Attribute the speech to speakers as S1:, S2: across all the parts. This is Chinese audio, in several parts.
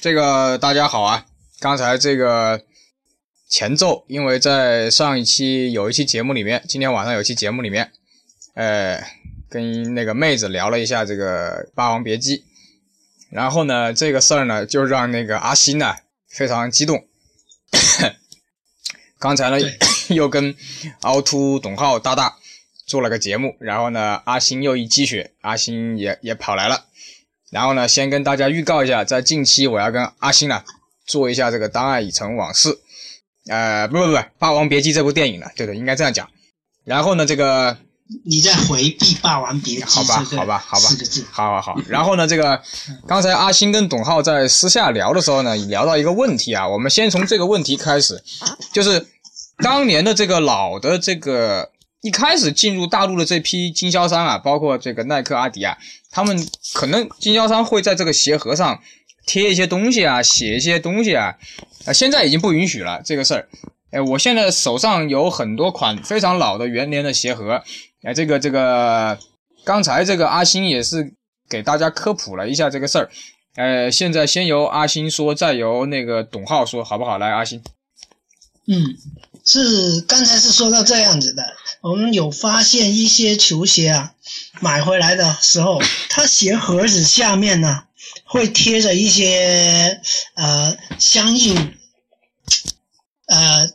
S1: 这个大家好啊！刚才这个前奏，因为在上一期有一期节目里面，今天晚上有一期节目里面，呃，跟那个妹子聊了一下这个《霸王别姬》，然后呢，这个事儿呢，就让那个阿星呢非常激动。刚才呢，又跟凹凸、董浩、大大做了个节目，然后呢，阿星又一鸡血，阿星也也跑来了。然后呢，先跟大家预告一下，在近期我要跟阿星呢做一下这个《当爱已成往事》，呃，不不不，《霸王别姬》这部电影呢，对对，应该这样讲。然后呢，这个
S2: 你在回避“霸王别姬”
S1: 好吧，
S2: 这个
S1: 好吧，好吧
S2: 四个字，
S1: 好好好。然后呢，这个刚才阿星跟董浩在私下聊的时候呢，也聊到一个问题啊，我们先从这个问题开始，就是当年的这个老的这个一开始进入大陆的这批经销商啊，包括这个耐克、阿迪啊，他们可能经销商会在这个鞋盒上贴一些东西啊，写一些东西啊，啊，现在已经不允许了这个事儿。哎，我现在手上有很多款非常老的元年的鞋盒，哎，这个这个，刚才这个阿星也是给大家科普了一下这个事儿。呃，现在先由阿星说，再由那个董浩说，好不好？来，阿星，
S2: 嗯，是刚才是说到这样子的，我们有发现一些球鞋啊，买回来的时候，它鞋盒子下面呢会贴着一些呃相应呃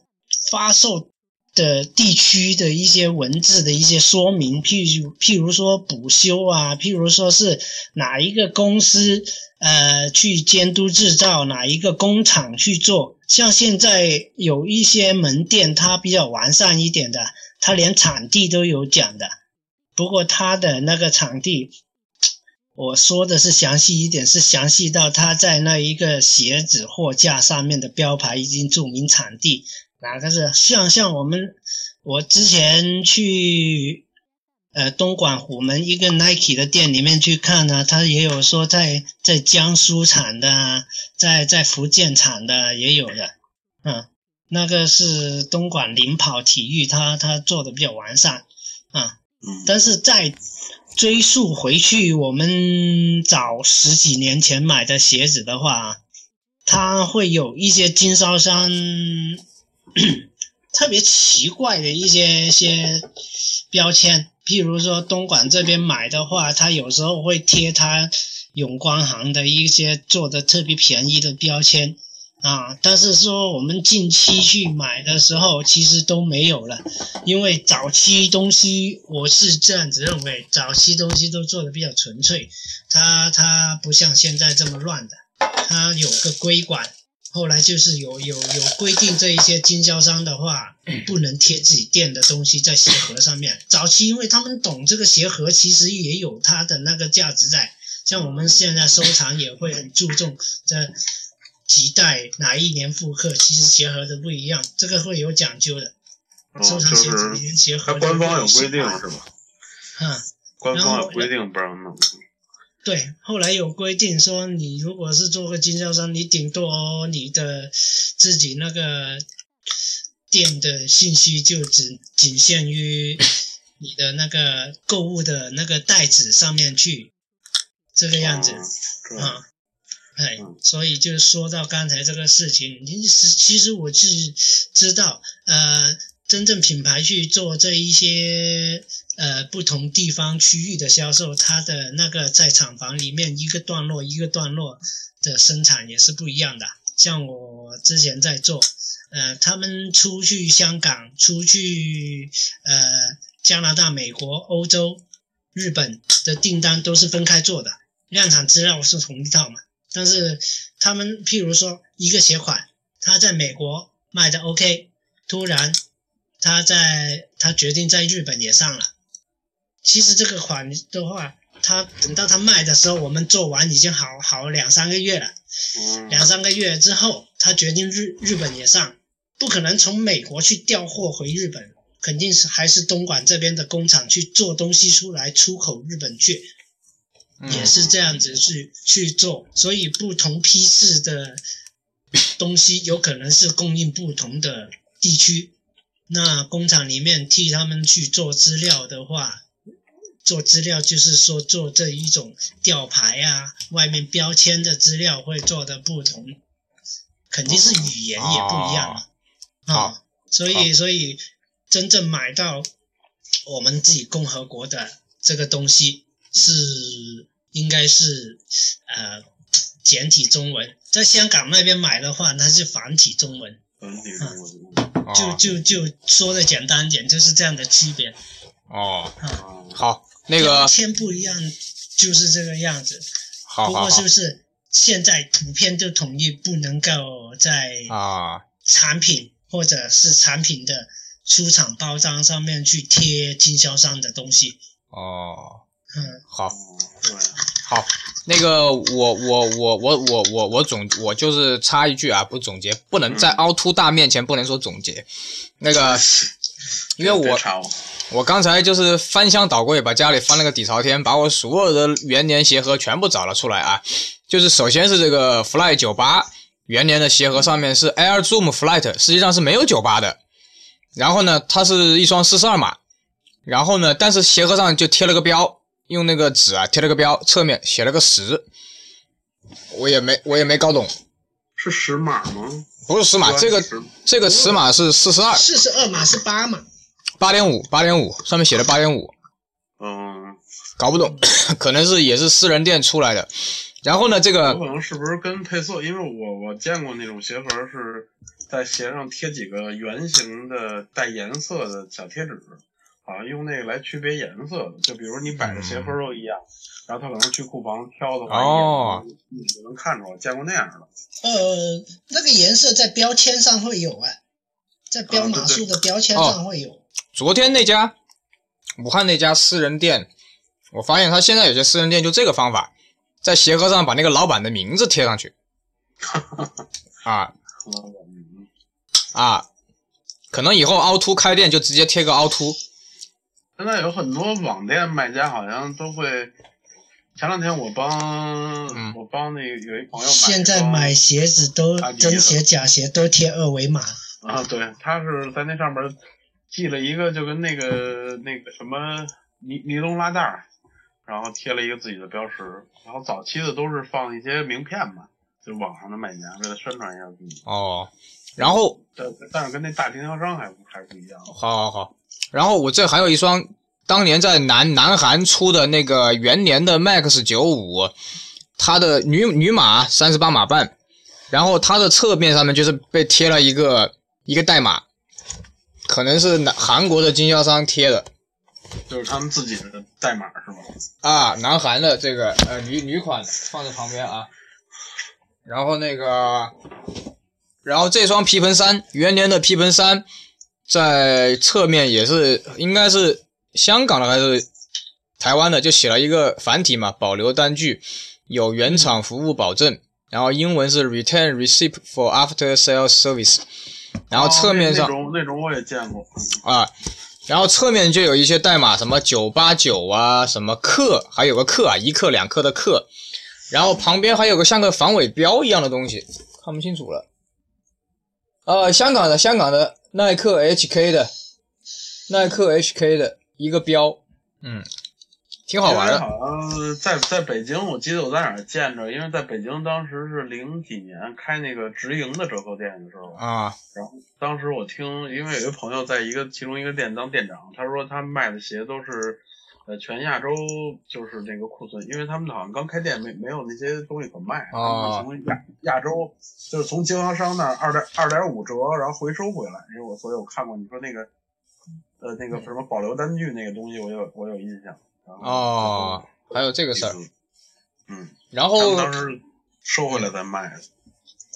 S2: 发售的地区的一些文字的一些说明，譬如譬如说补修啊，譬如说是哪一个公司呃去监督制造，哪一个工厂去做。像现在有一些门店，它比较完善一点的，它连场地都有讲的。不过它的那个场地，我说的是详细一点，是详细到它在那一个鞋子货架上面的标牌已经注明场地，哪个是像像我们我之前去呃东莞虎门一个 Nike 的店里面去看呢、它也有说在在江苏产的啊，在在福建产的啊也有的，嗯，那个是东莞领跑体育，它它做的比较完善啊，但是再追溯回去，我们早十几年前买的鞋子的话，啊它会有一些经销商特别奇怪的一些一些标签，譬如说东莞这边买的话，它有时候会贴它永光行的一些做的特别便宜的标签啊，但是说我们近期去买的时候，其实都没有了，因为早期东西我是这样子认为，早期东西都做的比较纯粹，它它不像现在这么乱的，它有个规管。后来就是有有有规定，这一些经销商的话，不能贴自己店的东西在鞋盒上面。早期因为他们懂这个鞋盒，其实也有它的那个价值在。像我们现在收藏也会很注重这几代哪一年复刻，其实鞋盒都不一样，这个会有讲究的。
S3: 嗯，
S2: 收
S3: 就
S2: 藏鞋子里
S3: 是
S2: 面鞋
S3: 它
S2: 盒
S3: 官方
S2: 都
S3: 有
S2: 不
S3: 规
S2: 一
S3: 定
S2: 样
S3: 是吧？
S2: 嗯，
S3: 官
S2: 然后
S3: 方有规定不让弄。
S2: 对，后来有规定说，你如果是做个经销商，你顶多你的自己那个店的信息就只仅限于你的那个购物的那个袋子上面去，这个样子
S3: 嗯是吧
S2: 啊。哎
S3: 嗯，
S2: 所以就说到刚才这个事情，其实其实我是知道，呃，真正品牌去做这一些呃不同地方区域的销售，它的那个在厂房里面一个段落一个段落的生产也是不一样的。像我之前在做，呃，他们出去香港、出去呃加拿大、美国、欧洲、日本的订单都是分开做的，量产资料是同一套嘛。但是他们譬如说一个鞋款，它在美国卖的 OK，突然他在他决定在日本也上了。其实这个款的话，它等到它卖的时候，我们做完已经好好两三个月了。
S3: 嗯，
S2: 两三个月之后，他决定日日本也上，不可能从美国去调货回日本，肯定是还是东莞这边的工厂去做东西出来出口日本去，
S1: 嗯
S2: 也是这样子去去做，所以不同批次的东西 有可能是供应不同的地区。那工厂里面替他们去做资料的话，做资料，就是说做这一种吊牌啊，外面标签的资料会做的不同，肯定是语言也不一样了
S1: 哦
S2: 啊、
S1: 好
S2: 所以，所以真正买到我们自己共和国的这个东西是应该是呃简体中文，在香港那边买的话，它是繁体中文。
S3: 繁体中
S2: 嗯
S3: 文
S1: 哦
S2: 就就就说的简单点，就是这样的区别。
S1: 哦，
S3: 啊，
S1: 好，那个
S2: 标签不一样，就是这个样子。
S1: 好
S2: 不
S1: 好
S2: 过
S1: 好
S2: 是不是现在普遍就统一不能够在
S1: 啊，
S2: 产品或者是产品的出厂包装上面去贴经销商的东西？
S1: 哦，
S2: 嗯，
S1: 好，
S3: 对，
S1: 好，那个我我我我我我我总我就是插一句啊，不总结，不能在凹凸大面前不能说总结，那个，因为
S3: 别
S1: 我
S3: 查我，
S1: 我刚才就是翻箱倒柜，把家里翻了个底朝天，把我所有的元年鞋盒全部找了出来啊。就是首先是这个 Fly 九八元年的鞋盒上面是 Air Zoom Flight，实际上是没有九八的。然后呢，它是一双四十二码，然后呢，但是鞋盒上就贴了个标，用那个纸啊贴了个标，侧面写了个十。我也没我也没搞懂，
S3: 是十码吗？
S1: 不是十码，这个这个尺码是四十二，
S2: 四十二码是八码，
S1: 八点五，八点五，上面写的八点五。
S3: 嗯，
S1: 搞不懂， 可能是也是私人店出来的。然后呢，这
S3: 有
S1: 个
S3: 可能是不是跟配色？因为我我见过那种鞋盒是在鞋上贴几个圆形的带颜色的小贴纸，好像用那个来区别颜色的。就比如你摆的鞋盒
S1: 嗯
S3: 都一样，然后他可能去库房挑的话，
S1: 哦
S3: 一眼你就能看出来。见过那样的，
S2: 呃，那个颜色在标签上会有啊，在标码数的标
S1: 哦
S2: 签上会有。
S1: 昨天那家武汉那家私人店，我发现他现在有些私人店就这个方法，在鞋盒上把那个老板的名字贴上去。啊
S3: 嗯，
S1: 啊，可能以后凹凸开店就直接贴个凹凸。
S3: 现在有很多网店卖家好像都会。前两天我帮、
S1: 嗯
S3: 我帮那个有一朋友买一双，
S2: 现在买鞋子都
S3: 阿迪的
S2: 真鞋假鞋都贴二维码，
S3: 啊，对，他是在那上面系了一个就跟那个那个什么尼尼龙拉带儿，然后贴了一个自己的标识。然后早期的都是放一些名片嘛，就网上的卖家为了宣传一下自己。
S1: 哦，然后
S3: 但但是跟那大经销商还不还不一样。
S1: 好好好，然后我这还有一双当年在南南韩出的那个元年的 Max 九五，它的女女码三十八码半，然后它的侧面上面就是被贴了一个一个代码，可能是南韩国的经销商贴的
S3: 就是他们自己的代码是吧？
S1: 啊，南韩的这个呃女女款放在旁边啊，然后那个，然后这双皮蓬三元年的皮蓬三，在侧面也是应该是香港的还是台湾的，就写了一个繁体嘛，保留单据，有原厂服务保证，然后英文是 Return Receipt for After Sale Service，然后侧面上
S3: 哦、那那种那种我也见过，嗯
S1: 啊，然后侧面就有一些代码，什么九八九啊，什么克，还有个克啊，一克两克的克，然后旁边还有个像个防伪标一样的东西，看不清楚了。呃，香港的香港的耐克 HK 的，耐克 HK 的一个标，嗯，挺好玩
S3: 因
S1: 的。
S3: 为好像在在北京，我记得我在哪儿见着，因为在北京当时是零几年开那个直营的折扣店的时候，
S1: 啊
S3: 当时我听，因为有一个朋友在一个其中一个店当店长，他说他卖的鞋都是，呃，全亚洲就是那个库存，因为他们好像刚开店没没有那些东西可卖，啊
S1: 哦
S3: 他们从亚亚洲就是从经销商那儿二点二点五折，然后回收回来，因为我所以我看过你说那个，呃，那
S1: 嗯
S3: 个什么保留单据那个东西，我有我有印象。然后
S1: 哦，，还有这个事儿。哦
S3: 嗯，
S1: 然
S3: 他
S1: 后
S3: 们当时收回来再卖的，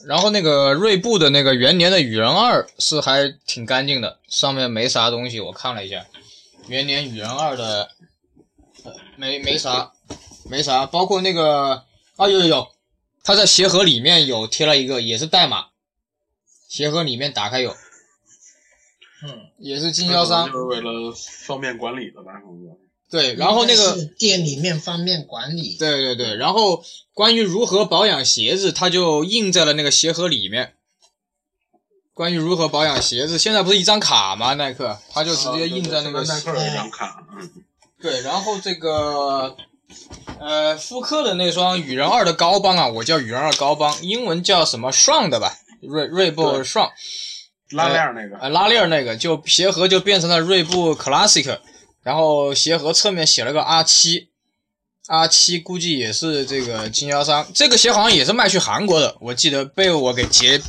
S1: 然后那个锐步的那个元年的羽人二是还挺干净的，上面没啥东西，我看了一下，元年羽人二的、呃没没啥，没啥，包括那个啊有有有，它在鞋盒里面有贴了一个，也是代码，鞋盒里面打开有，
S2: 嗯，
S1: 也是经销商
S3: 就是为了方便管理的吧，可能。
S1: 对，然后那
S2: 应
S1: 个
S2: 该是店里面方面管理，
S1: 对对对，然后关于如何保养鞋子，它就印在了那个鞋盒里面。关于如何保
S3: 啊
S1: 养鞋子，现在不是一张卡吗？耐克，它就直接印在那个哦
S3: 耐克有一张卡，嗯，
S1: 对，然后这个呃，复刻的那双羽人二的高帮啊，我叫羽人二高帮，英文叫什么 Shron 的吧，锐锐步
S3: 对
S1: Shron，
S3: 拉链儿那个，
S1: 呃，拉链儿那个就鞋盒就变成了锐步 Classic，然后鞋盒侧面写了个 R 七，R 七估计也是这个经销商，这个鞋好像也是卖去韩国的，我记得被我给截，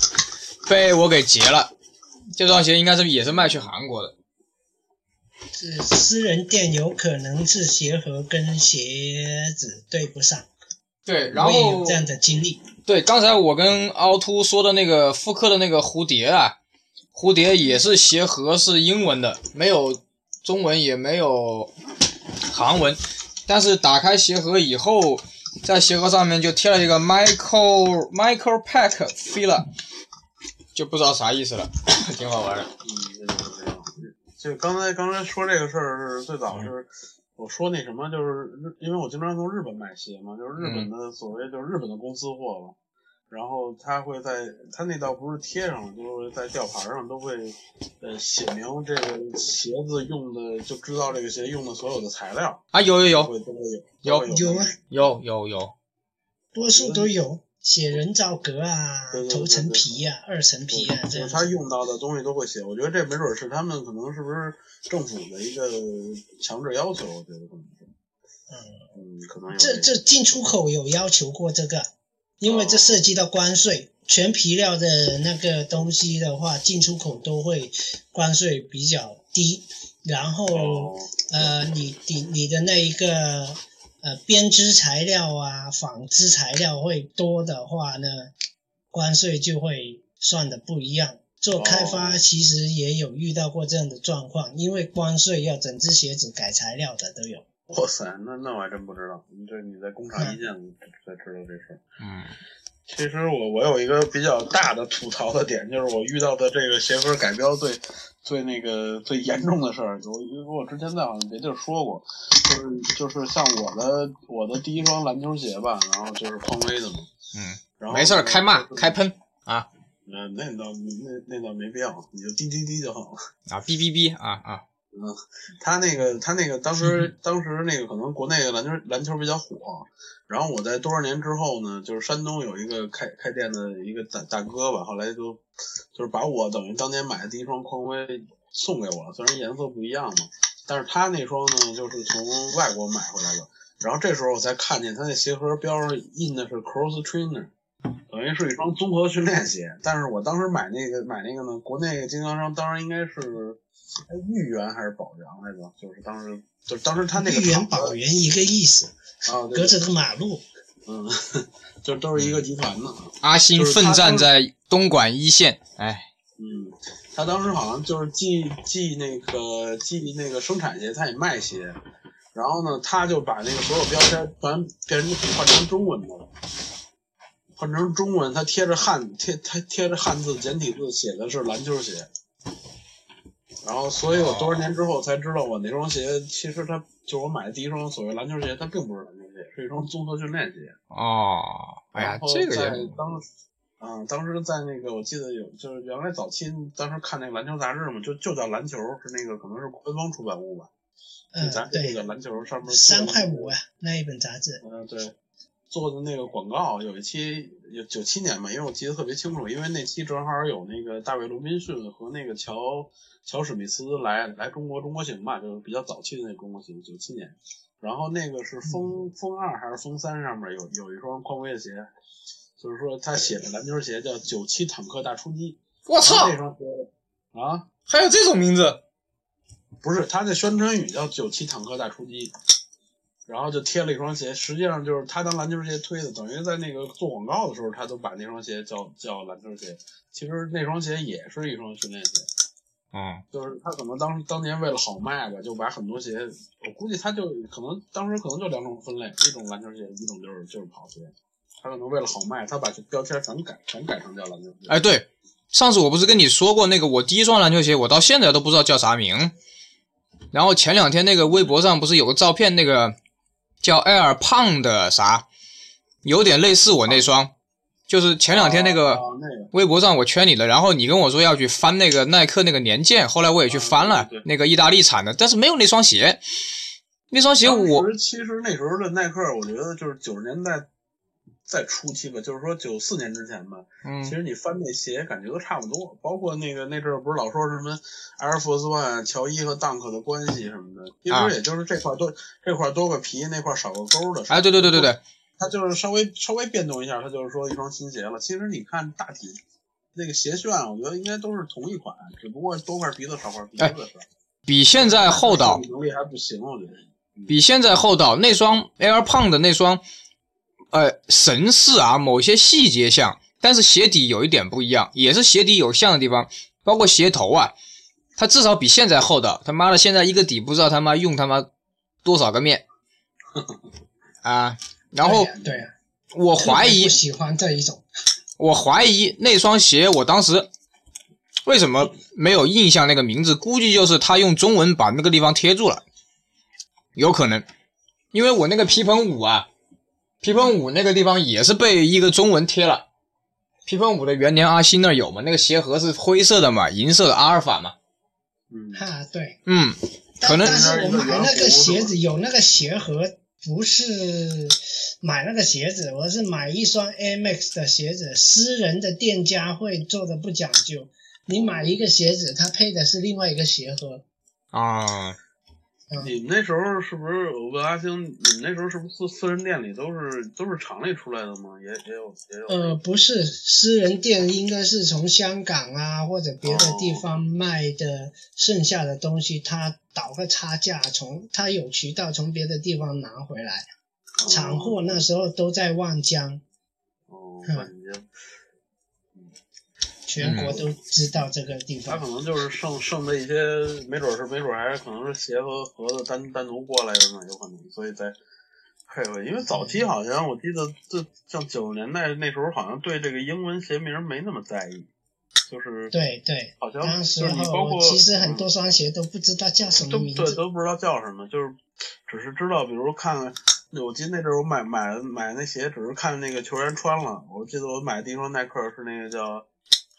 S1: 被我给截了，这双鞋应该是也是卖去韩国的，
S2: 是私人店有可能是鞋盒跟鞋子对不上，
S1: 对，然
S2: 我也
S1: 后
S2: 有这样的经历。
S1: 对，刚才我跟凹凸说的那个复刻的那个蝴蝶啊，蝴蝶也是鞋盒是英文的，没有中文也没有韩文，但是打开鞋盒以后，在鞋盒上面就贴了一个 Michael Michael Pack Fila，就不知道啥意思了， 挺好玩的。
S3: 嗯，对对对对就刚才刚才说这个事儿是最早是我说那什么，就是日因为我经常从日本买鞋嘛，就是日本
S1: 嗯
S3: 的所谓就是日本的公司货嘛，然后他会在他那倒不是贴上，就是在吊牌上都会呃写明这个鞋子用的就制造这个鞋用的所有的材料，
S1: 啊，有有有
S3: 会都会
S1: 有
S3: 有都会
S2: 有啊，
S1: 有有有，
S2: 多数都有写人造革啊
S3: 对对、对
S2: 头层皮啊、二层皮啊这
S3: 就
S2: 样
S3: 是他
S2: 子。
S3: 用到的东西都会写，我觉得这没准是他们可能是不是政府的一个强制要求，我觉得可能是，嗯，可能有
S2: 这这进出口有要求过这个，因为这涉及到关税，全皮料的那个东西的话，进出口都会关税比较低，然后
S3: 哦，
S2: 呃，你你你的那一个呃编织材料啊、纺织材料会多的话呢，关税就会算的不一样。做开发
S3: 哦
S2: 其实也有遇到过这样的状况，因为关税要整只鞋子改材料的都有。
S3: 哇塞，那那我还真不知道，你这你在工厂一见才知道这事儿。
S1: 嗯，
S3: 其实我我有一个比较大的吐槽的点，就是我遇到的这个鞋盒改标最最那个最严重的事儿，我因为我之前在好像别地儿说过，就是就是像我的我的第一双篮球鞋吧，然后就是匡威的嘛，
S1: 嗯，
S3: 然后
S1: 没事儿，
S3: 就是
S1: 开骂
S3: 就是
S1: 开喷
S3: 那那倒那那倒没必要，你就滴滴滴就好了。
S1: 啊，哔哔哔啊啊，
S3: 他那个他那个当
S1: 嗯
S3: 时当时那个可能国内篮球篮球比较火，然后我在多少年之后呢，就是山东有一个开开店的一个大大哥吧，后来就就是把我等于当年买的第一双匡威送给我了，虽然颜色不一样嘛，但是他那双呢就是从外国买回来的，然后这时候我才看见他那鞋盒标上印的是 Cross Trainer。等于是一双综合训练鞋，但是我当时买那个买那个呢，国内经销商当然应该是哎豫园还是宝阳来着，就是当时就是当时他那个
S2: 豫园
S3: 厂子
S2: 保园一个意思，
S3: 啊，对
S2: 隔着个马路。
S3: 嗯， 就都是一个集团的。
S1: 阿星
S3: 就是他
S1: 奋战
S3: 当时
S1: 在东莞一线，哎。
S3: 嗯，他当时好像就是既既那个既那个生产鞋，他也卖鞋，然后呢，他就把那个所有标签全变成换成中文的了，换成中文，他贴着汉贴他贴着汉字简体字写的是篮球鞋，然后所以我多少年之后才知道，我那双鞋其实它就我买的第一双所谓篮球鞋，它并不是篮球鞋，是一双综合训练鞋。
S1: 哦，哎呀
S3: 然，后
S1: 这个
S3: 在
S1: 也
S3: 当时，嗯，当时在那个我记得有，就是原来早期当时看那个篮球杂志嘛，就就叫篮球，是那个可能是官方出版物吧，
S2: 嗯
S3: 咱，这个
S2: 对，
S3: 篮球上面
S2: 三块五
S3: 啊，
S2: 啊，那一本杂志。
S3: 嗯对，做的那个广告有一期有九七年吧，因为我记得特别清楚，因为那期正好有那个大卫罗宾逊和那个乔乔史密斯来来中国中国行吧，就是比较早期的那中国行，九七年。然后那个
S1: 嗯
S3: 是风风二还是风三上面有有一双匡威的鞋，就是说他写的篮球鞋叫九七坦克大出击。
S1: 我操
S3: 然后，这双鞋啊，
S1: 还有这种名字
S3: 不是他的宣传语叫九七坦克大出击，然后就贴了一双鞋，实际上就是他当篮球鞋推的，等于在那个做广告的时候，他都把那双鞋叫叫篮球鞋。其实那双鞋也是一双训练鞋。
S1: 嗯，
S3: 就是他可能当当年为了好卖吧，就把很多鞋，我估计他就可能当时可能就两种分类，一种篮球鞋，一种就是就是跑鞋。他可能为了好卖，他把这标签全改全改成叫篮球鞋。
S1: 哎，对，上次我不是跟你说过那个我第一双篮球鞋，我到现在都不知道叫啥名。然后前两天那个微博上不是有个照片，那个叫埃尔胖的啥，有点类似我那双，就是前两天那个
S3: 哦那个
S1: 微博上我圈你的，然后你跟我说要去翻那个耐克那个年鉴，后来我也去翻了
S3: 嗯对对
S1: 那个意大利产的，但是没有那双鞋。那双鞋我
S3: 当时其实那时候的耐克，我觉得就是九十年代在初期吧，就是说九四年之前吧，
S1: 嗯
S3: 其实你翻那鞋感觉都差不多，包括那个那阵儿不是老说什么 Air Force One、乔伊和 Dunk 的关系什么的，其
S1: 啊
S3: 实也就是这块多这块多个皮，那块少个勾的。
S1: 哎对对对对对，
S3: 它就是稍微稍微变动一下，它就是说一双新鞋了。其实你看大体那个鞋楦，啊我觉得应该都是同一款，只不过多块皮子少块皮子的事儿。
S1: 比现哎在厚道
S3: 设计能力还不行，我觉得。
S1: 比现在厚道。那双 Air Punk 的那双，呃，神似啊，某些细节像，但是鞋底有一点不一样，也是鞋底有像的地方，包括鞋头啊，它至少比现在厚道。他妈的，现在一个底不知道他妈用他妈多少个面啊！然后
S2: 对呀对呀，啊
S1: 我怀疑
S2: 特别不，喜欢这一种，
S1: 我怀疑那双鞋，我当时为什么没有印象那个名字？估计就是他用中文把那个地方贴住了，有可能，因为我那个皮蓬五啊，皮蓬五那个地方也是被一个中文贴了。皮蓬五的元年阿星那儿有嘛？那个鞋盒是灰色的嘛，银色的阿尔法嘛。
S3: 嗯，
S2: 哈，对。
S1: 嗯，
S2: 但
S1: 可能
S2: 但是我买那个鞋子有那个鞋盒，不是买那个鞋子，我是买一双 Air Max 的鞋子。私人的店家会做的不讲究，你买一个鞋子，它配的是另外一个鞋盒。
S1: 啊，
S3: 你们那时候是不是我问阿星，你们那时候是不是私私人店里都是都是厂里出来的吗？也也有也有。
S2: 呃，不是，私人店应该是从香港啊或者别的地方卖的剩下的东西，它倒个差价，从它有渠道从别的地方拿回来。厂哦货那时候都在望江，
S3: 哦，
S2: 嗯
S3: 感觉
S2: 全
S1: 嗯
S2: 国都知道这个地
S3: 他
S2: 方
S3: 可。能就是剩剩的一些，没准是没准还是可能是鞋和盒子单单独过来的呢，有可能，所以再配合。因为早期好像我记得，这像九十年代那时候，好像对这个英文鞋名没那么在意，就是
S2: 对对，
S3: 好像
S2: 当
S3: 就是
S2: 时
S3: 你包
S2: 候
S3: 括
S2: 其实很多
S3: 嗯
S2: 双鞋都不知道叫什么
S3: 都
S2: 名
S3: 对
S2: 字。
S3: 都不知道叫什么，就是只是知道，比如看看。我记得那阵儿我买买买那鞋，只是看那个球员穿了。我记得我买的第一双耐克是那个叫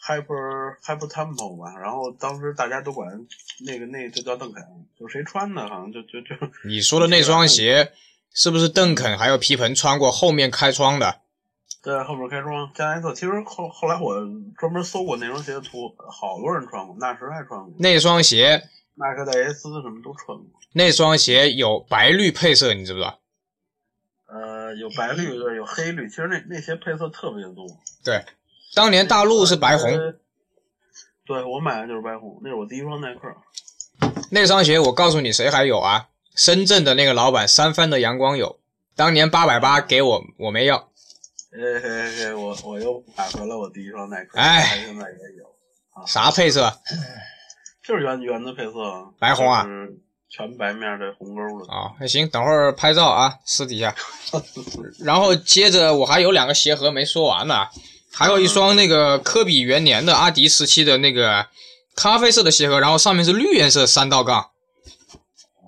S3: Hyper Hyper Temple 吧，然后当时大家都管那个那个就叫邓肯，就谁穿的，好像就就就
S1: 你说的那双鞋是不是邓肯还有皮蓬穿过后面开窗的？
S3: 在后面开窗加内特。其实后后来我专门搜过那双鞋的图，好多人穿过，纳什还穿过，
S1: 那双鞋
S3: 耐克戴维斯什么都穿过。
S1: 那双鞋有白绿配色，你知不知道？
S3: 呃，有白绿的，有黑绿，其实那那鞋配色特别多。
S1: 对，当年大陆是白红，
S3: 呃对我买的就是白红，那是我第一双耐克。
S1: 那双鞋我告诉你谁还有啊？深圳的那个老板三番的阳光有，当年八百八给我，我没要。
S3: 嘿嘿嘿，我我又买回了我第一双耐克，
S1: 哎
S3: 现在也有，
S1: 啥配色？
S3: 就是原原的配色，
S1: 白红啊，
S3: 全白面的红勾的。
S1: 啊，那行，等会儿拍照啊，私底下。然后接着我还有两个鞋盒没说完呢，还有一双那个科比元年的阿迪时期的那个咖啡色的鞋盒，然后上面是绿颜色三道杠。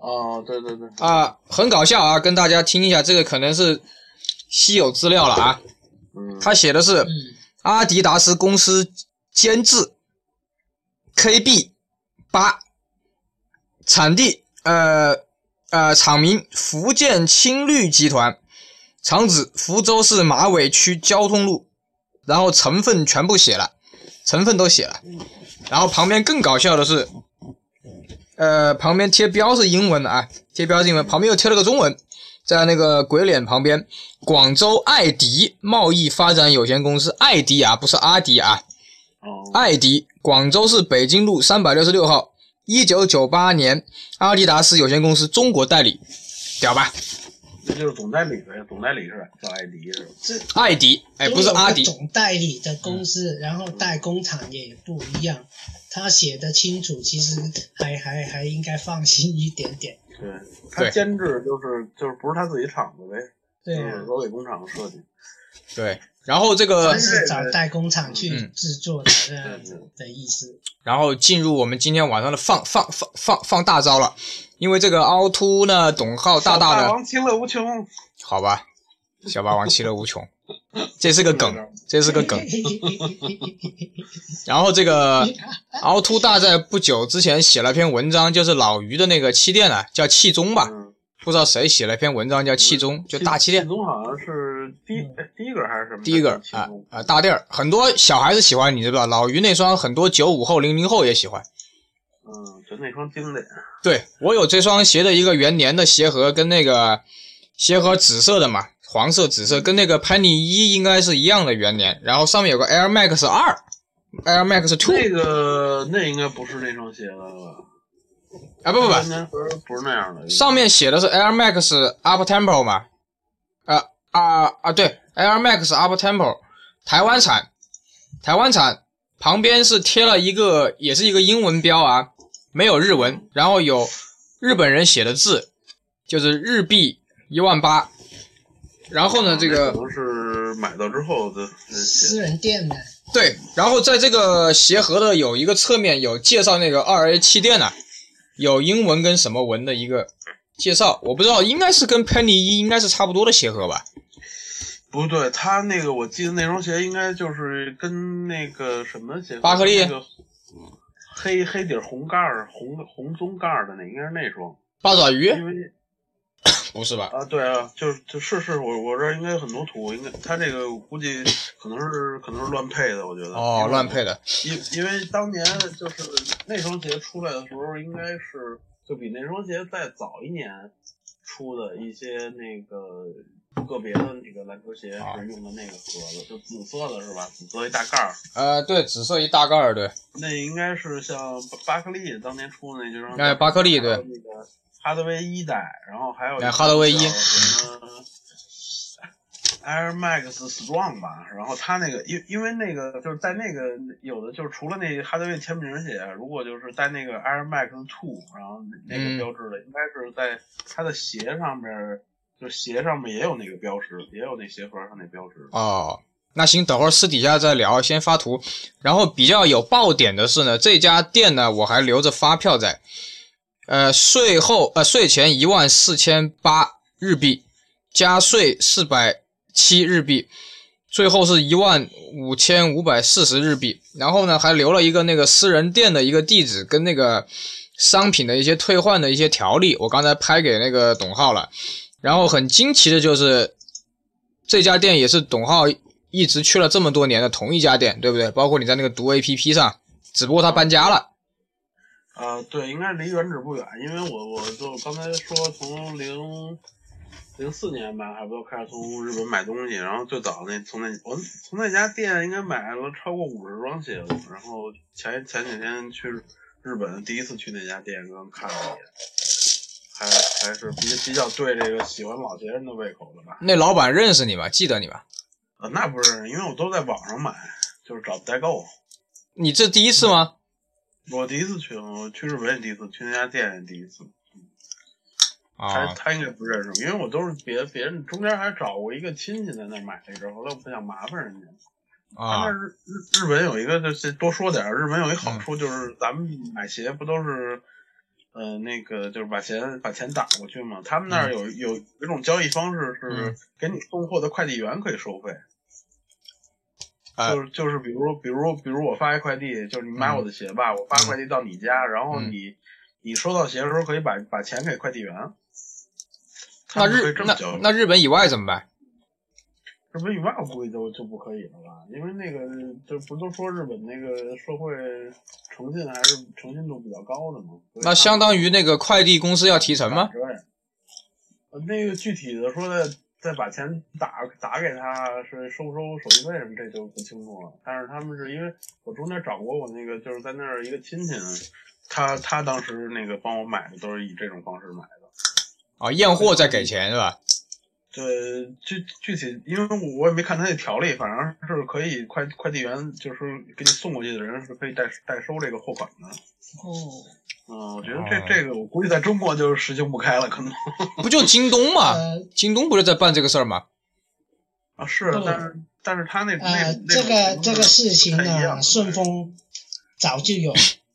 S3: 哦，对对对，
S1: 啊、很搞笑啊！跟大家听一下，这个可能是稀有资料了啊。
S3: 嗯，
S1: 他写的是
S2: 嗯，
S1: 阿迪达斯公司监制，KB 八，产地呃呃厂名福建青绿集团，厂址福州市马尾区交通路，然后成分全部写了，成分都写了，然后旁边更搞笑的是，呃旁边贴标是英文的啊，贴标是英文，旁边又贴了个中文，在那个鬼脸旁边，广州艾迪贸易发展有限公司，艾迪啊，不是阿迪啊，
S3: 哦，
S1: 艾迪，广州市北京路三百六十六号，一九九八年，阿迪达斯有限公司中国代理，屌吧？
S3: 那就是总代理呗，总代理是叫艾迪是吧？
S2: 这
S1: 艾迪，哎，
S2: 都
S1: 不是
S2: 有个
S1: 阿迪，嗯
S2: 总代理的公司，然后代工厂也不一样。他写的清楚，其实还还还应该放心一点点。
S3: 对，他
S1: 对
S3: 监制就是就是不是他自己厂子呗，
S2: 对
S3: 就
S2: 啊
S3: 是，都给工厂设计。
S1: 对。然后这
S2: 他
S1: 个，
S2: 是找代工厂去
S1: 嗯
S2: 制作的那样子的意思。
S1: 然后进入我们今天晚上的放放放放放大招了，因为这个凹凸呢，董浩哦大大
S3: 大
S1: 的，
S3: 王其乐无穷，
S1: 好吧，小霸王其乐无穷，这是个 梗，这是个梗。 然后这个凹凸大在不久之前写了篇文章，就是老于的那个气垫啊，叫气中吧，
S3: 嗯
S1: 不知道谁写了一篇文章叫《气中》，就大气垫嗯
S3: 气。宗好像是第一哎第一个还是什么？
S1: 第一个
S3: 气
S1: 啊
S3: 宗
S1: 啊大垫儿，很多小孩子喜欢，你知不知道？老于那双，很多九五后、零零后也喜欢。
S3: 嗯，就那双经典，
S1: 对我有这双鞋的一个元年的鞋盒，跟那个鞋盒紫色的嘛，黄色紫色，跟那个 Penny 一应该是一样的元年，然后上面有个 Air Max 二，Air Max Two
S3: 那个那应该不是那双鞋了吧？
S1: 啊不不
S3: 当
S1: 不，
S3: 年不是不是那样的。
S1: 上面写的是 Air Max Up Tempo 嘛，啊啊啊对，Air Max Up Tempo，台湾产，台湾产，旁边是贴了一个也是一个英文标啊，没有日文，然后有日本人写的字，就是日币一万八，然后呢这
S3: 可
S1: 个
S3: 能是买到之后的那鞋
S2: 私。人店的，
S1: 对，然后在这个鞋盒的有一个侧面有介绍那个二 A 气垫呢、啊有英文跟什么文的一个介绍，我不知道，应该是跟 Penny 一应该是差不多的鞋盒吧。
S3: 不对，他那个我记得那双鞋应该就是跟那个什么鞋，
S1: 巴克利
S3: 那个黑黑底儿红盖儿红红棕盖儿的那应该是那双，
S1: 八爪鱼
S3: 因为
S1: 不是吧？
S3: 啊对啊，就是就是是我我这儿应该很多图，应该他这个估计可能是可能是乱配的，我觉得
S1: 哦，乱配的。
S3: 因因为当年就是那双鞋出来的时候，应该是就比那双鞋再早一年出的一些那个个别的那个篮球鞋
S1: 啊
S3: 是用的那个盒子，就紫色的是吧？紫色一大盖儿，
S1: 呃，对，紫色一大盖儿，对，
S3: 那应该是像巴巴克利当年出的那双，
S1: 哎巴克利对
S3: 还有那个哈德威一代，然后还有一个
S1: 哎哈德威一
S3: 叫什么 Air Max Strong 吧，然后他那个因因为那个就是在那个有的就是除了那哈德威签名鞋，如果就是在那个 Air Max Two，然后那那
S1: 嗯
S3: 个标志的，应该是在他的鞋上面，就鞋上面也有那个标识，也有那鞋盒上那标识。
S1: 哦，那行，等会儿私底下再聊，先发图。然后比较有爆点的是呢，这家店呢我还留着发票在，呃，税后呃税前一万四千八日币，加税四百七日币，最后是一万五千五百四十日币。然后呢还留了一个那个私人店的一个地址跟那个商品的一些退换的一些条例，我刚才拍给那个董浩了。然后很惊奇的就是，这家店也是董浩一直去了这么多年的同一家店，对不对？包括你在那个读 APP 上，只不过他搬家了。
S3: 呃，对，应该离原址不远，因为我我就刚才说从零零四年吧，差不多开始从日本买东西，然后最早那从那我从那家店应该买了超过五十双鞋子，然后前前几天去日本第一次去那家店刚看了一眼，还还是比比较对这个喜欢老鞋人的胃口的吧？
S1: 那老板认识你吗？记得你吗？
S3: 呃，那不是，因为我都在网上买，就是找代购。
S1: 你这第一次吗？
S3: 我第一次去，我去日本也第一次，去那家店也第一次。他
S1: 啊，
S3: 他应该不认识，我，因为我都是别别人中间还找过一个亲戚在那儿买这个，后来我不想麻烦人家。
S1: 啊嗯
S3: 但是日日日本有一个就是多说点儿，日本有一好处就是咱们买鞋不都是，呃，那个就是把钱把钱打过去嘛。他们那儿有有有一种交易方式是
S1: 嗯
S3: 给你送货的快递员可以收费。
S1: 哎
S3: 就是就是，比如比如比如我发一快递，就是你买我的鞋吧，我发快递到你家，然后
S1: 嗯
S3: 你你收到鞋的时候可以把把钱给快递员。他
S1: 那
S3: 们可以
S1: 日
S3: 这么
S1: 那
S3: 交易
S1: 那日本以外怎么办？
S3: 日本以外我估计就就不可以了吧，因为那个就不都说日本那个社会诚信还是诚信度比较高的嘛。
S1: 那相当于那个快递公司要提成吗？
S3: 对，呃那个具体的说的再把钱打打给他是收不收手续费什么这就不清楚了。但是他们是因为我中间找过我那个就是在那儿一个亲戚，啊他他当时那个帮我买的都是以这种方式买的。
S1: 啊，验货再给钱是吧？
S3: 对，具具体，因为我我也没看他那条例，反正是可以快快递员就是给你送过去的人是可以代代收这个货款的。
S2: 哦，
S3: 嗯，我觉得这
S1: 哦
S3: 这个我估计在中国就实行不开了，可能
S1: 不就京东
S3: 嗯
S1: 吗？
S2: 呃
S1: 京东不是在办这个事儿吗？
S3: 啊是
S2: 对，
S3: 但是但是他那那
S2: 呃，
S3: 那
S2: 这个
S3: 种
S2: 这个事情
S3: 不太一
S2: 呢，
S3: 样的
S2: 顺丰早就 有，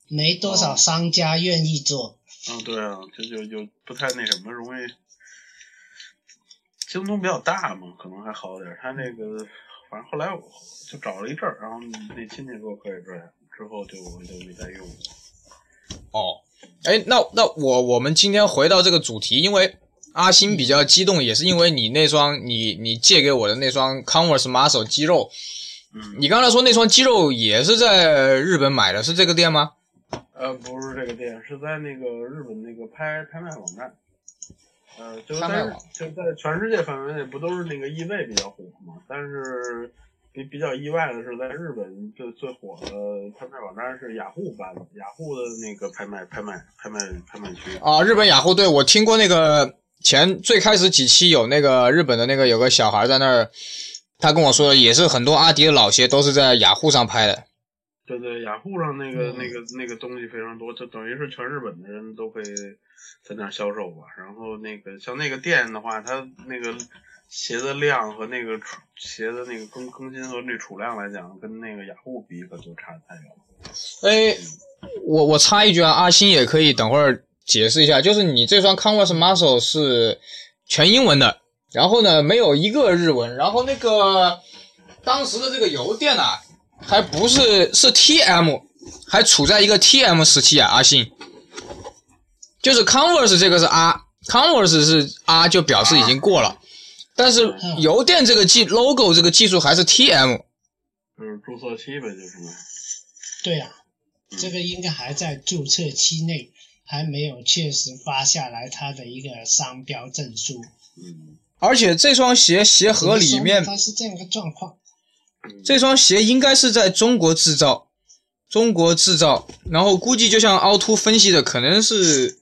S2: 没多少商家愿意做。
S3: 嗯对啊，这就就不太那什么，容易京东比较大嘛，可能还好点儿。他那个反正后来我就找了一阵儿，然后那亲戚说可以这样，之后就我就没再用过。
S1: 哦，哎，那那我我们今天回到这个主题，因为阿星比较激动，也是因为你那双你你借给我的那双 Converse Muscle 肌肉，
S3: 嗯，
S1: 你刚才说那双肌肉也是在日本买的，是这个店吗？
S3: 呃，不是这个店，是在那个日本那个拍拍卖网站，呃，就是
S1: 拍卖
S3: 在
S1: 网
S3: 就在全世界范围内不都是那个易贝比较火嘛？但是比比较意外的是，在日本最最火的拍卖网站是雅虎办的，雅虎的那个拍卖拍卖拍卖拍卖区，
S1: 啊，日本雅虎，对我听过那个前最开始几期有那个日本的那个有个小孩在那儿，他跟我说的也是很多阿迪的老鞋都是在雅虎上拍的。
S3: 对对，雅虎上那个、
S2: 嗯
S3: 那个那个东西非常多，就等于是全日本的人都会在那儿销售吧。然后那个像那个店的话，它那个鞋的量和那个储鞋的那个更更新和那储量来讲，跟那个雅虎比可就差太远了。
S1: 哎，我我插一句啊，阿星也可以等会儿解释一下，就是你这双 Converse Muscle 是全英文的，然后呢没有一个日文，然后那个当时的这个邮电啊，还不是是 TM，还处在一个 TM 时期啊，阿星，就是 Converse 这个是 R，Converse 是 R 就表示已经过了，但是邮电这个技 logo 这个技术还是 TM，
S3: 就是嗯注册期呗，就是嘛。
S2: 对啊，
S3: 嗯
S2: 这个应该还在注册期内，还没有确实发下来它的一个商标证书。
S3: 嗯
S1: 而且这双鞋鞋盒里面。
S2: 它是这样一个状况。
S3: 嗯，
S1: 这双鞋应该是在中国制造，中国制造，然后估计就像凹凸分析的，可能是，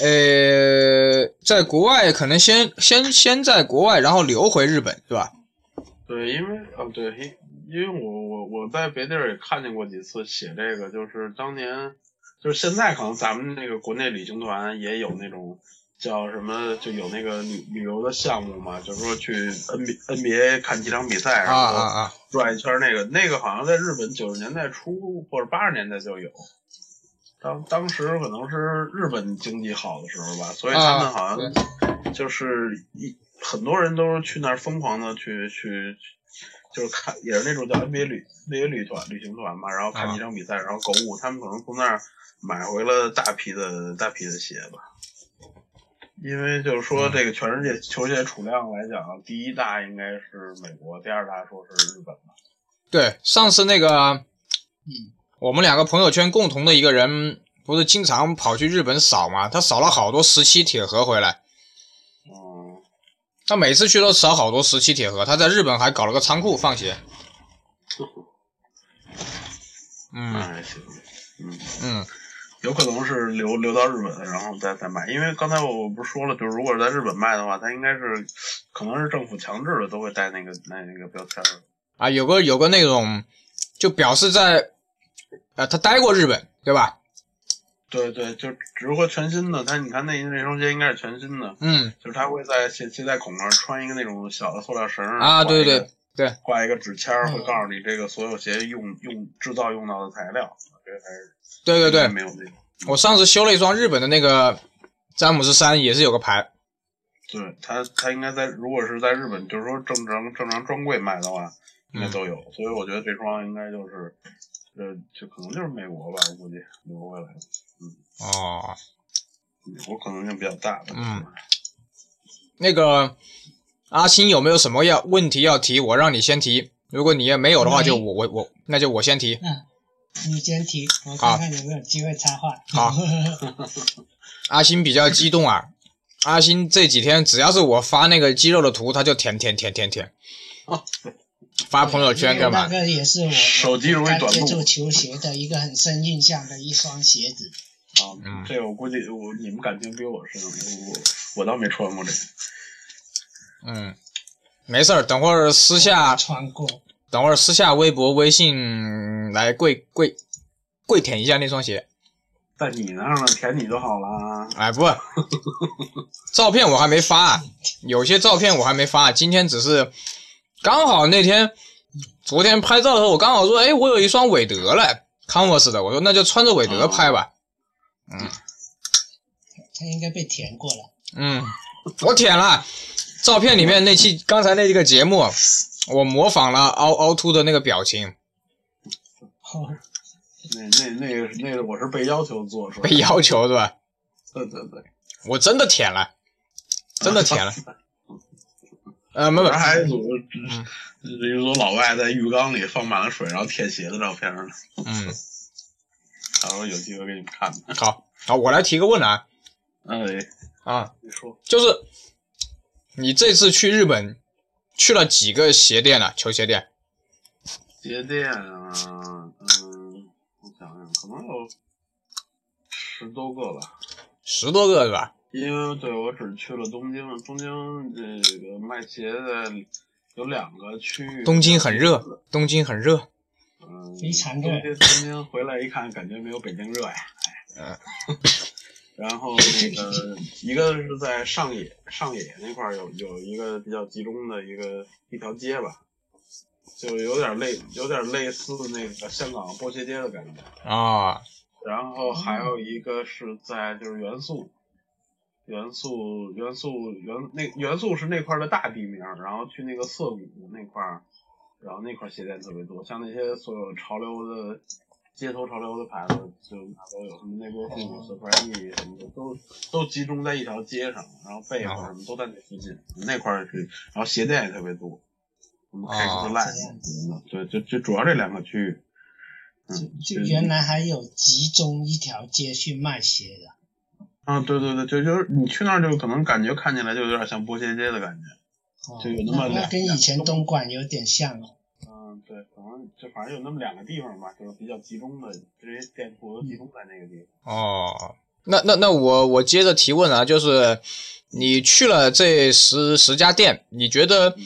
S1: 呃，在国外可能先先先在国外，然后流回日本，是吧？
S3: 对，因为啊，对，因因为我我我在别地儿也看见过几次写这个，就是当年，就是现在可能咱们那个国内旅行团也有那种叫什么，就有那个旅旅游的项目嘛，就是说去 N B N B A 看几场比赛，
S1: 啊
S3: 然
S1: 啊
S3: 后
S1: 啊！
S3: 转一圈那个那个好像在日本九十年代初或者八十年代就有。当当时可能是日本经济好的时候吧，所以
S1: 啊
S3: 他们好像就是一很多人都是去那儿疯狂的去去，就是看也是那种叫 NBA 旅 NBA 旅团旅行团嘛，然后看
S1: 啊
S3: 几场比赛，然后购物，他们可能从那儿买回了大批的大批的鞋吧。因为就是说，这个全世界球鞋储量来讲，第一大应该是美国，第二大说是日本吧。
S1: 对，上次那个，我们两个朋友圈共同的一个人，不是经常跑去日本扫嘛？他扫了好多十七铁盒回来，
S3: 嗯，
S1: 他每次去都扫好多十七铁盒，他在日本还搞了个仓库放鞋。
S3: 那
S1: 嗯
S3: 还哎行。嗯，
S1: 嗯。
S3: 有可能是留留到日本，然后再再卖。因为刚才我不是说了，就是如果是在日本卖的话，它应该是可能是政府强制的，都会带那个带那个标签儿。
S1: 啊，有个有个那种，就表示在，呃，他待过日本，对吧？
S3: 对对，就只不过全新的，它你看那那双鞋应该是全新的，
S1: 嗯，
S3: 就是它会在鞋鞋带孔上穿一个那种小的塑料绳儿
S1: 啊，
S3: 挂
S1: 对
S3: 一
S1: 对
S3: 个
S1: 对对，
S3: 挂一个纸签儿，会
S2: 嗯
S3: 告诉你这个所有鞋用用制造用到的材料。这个才是
S1: 对对对，
S3: 没有那个。
S1: 我上次修了一双日本的那个詹姆斯三，也是有个牌，
S3: 对它它应该在如果是在日本，就是说正常正常专柜卖的话，应该
S1: 嗯
S3: 都有。所以我觉得这双应该就是，呃，就可能就是美国吧，我估计流过来的。
S1: 哦，
S3: 美国可能性比较大吧。
S1: 嗯那个阿星有没有什么要问题要提？我让你先提，如果你也没有的话，就
S2: 没
S1: 我我我，那就我先提。
S2: 你先提，我
S1: 好
S2: 看看有没有机会插话。
S1: 好阿星比较激动啊，阿星这几天只要是我发那个肌肉的图，他就舔舔舔舔舔，发朋友圈干 嘛
S2: 那？个也是我
S3: 手机容易
S2: 我
S3: 短
S2: 接
S3: 路
S2: 触球鞋的一个很深印象的一双鞋子。
S3: 啊，
S1: 嗯
S3: 这个我估计我你们感情比我深，我我倒没穿过这个。
S1: 嗯，没事儿，等会儿私下
S2: 穿过，
S1: 等会儿私下微博、微信来跪跪跪舔一下那双鞋。
S3: 在你那儿呢，舔你就好了啊。
S1: 哎，不，照片我还没发、啊，有些照片我还没发、今天只是刚好那天，昨天拍照的时候，我刚好说，哎，我有一双韦德了，Converse 的，我说那就穿着韦德拍吧。
S2: 它应该被填过了。
S1: 嗯，我舔了。照片里面那期刚才那个节目，我模仿了凹凹凸的那个表情，
S2: 哦
S3: 那那那个那个我是被要求做出来
S1: 被
S3: 的。
S1: 要求是吧？
S3: 对对对，
S1: 我真的舔了。真的舔了。呃，没有，
S3: 还有一组，
S1: 嗯
S3: 一组老外在浴缸里放满了水，然后舔鞋的照片呢。
S1: 嗯，
S3: 到时候有机会给你们看看。
S1: 好，好，我来提个问啊
S3: 哎，
S1: 啊，
S3: 你说
S1: 就是你这次去日本去了几个鞋店了？球鞋店？
S3: 鞋店啊，嗯，我想想，可能有十多个吧。
S1: 十多个是吧？
S3: 因为对我只去了东京，东京这个卖鞋的有两个区域。
S1: 东京很热，东京很热。
S3: 嗯，
S2: 非常热
S3: 东京东京回来一看，感觉没有北京热呀。
S1: 嗯
S3: 哎，然后那个一个是在上野，上野那块儿有有一个比较集中的一个一条街吧，就有点类有点类似那个香港波鞋街的感觉。
S1: 啊，
S3: 然后还有一个是在就是元素，元素元素元那元素是那块儿的大地名儿，然后去那个涩谷那块儿，然后那块儿鞋店特别多，像那些所有潮流的街头潮流的牌子，就哪都有，什么内波树、Supreme 什么的，都都集中在一条街上，然后贝壳什么都在那附近，那块儿是，然后鞋店也特别多，什么 Cactus
S2: 这样
S3: Land
S2: 子
S3: 什么的，对，就就主要这两个区域。
S2: 就
S3: 嗯，
S2: 就原来还有集中一条街去卖鞋的，
S3: 啊，对对对，就就是你去那儿就可能感觉看起来就有点像波鞋街的感觉。
S2: 哦
S3: 就有那
S2: 那
S3: 么
S2: 那
S3: 两
S2: 跟以前
S3: 两
S2: 东莞有点像哦。
S3: 嗯，对，可能就反正有那么两个地方吧，就是比较集中的这些店铺都集中在那个地方。
S1: 哦，那那那我我接着提问啊，就是你去了这十十家店，你觉得
S3: 嗯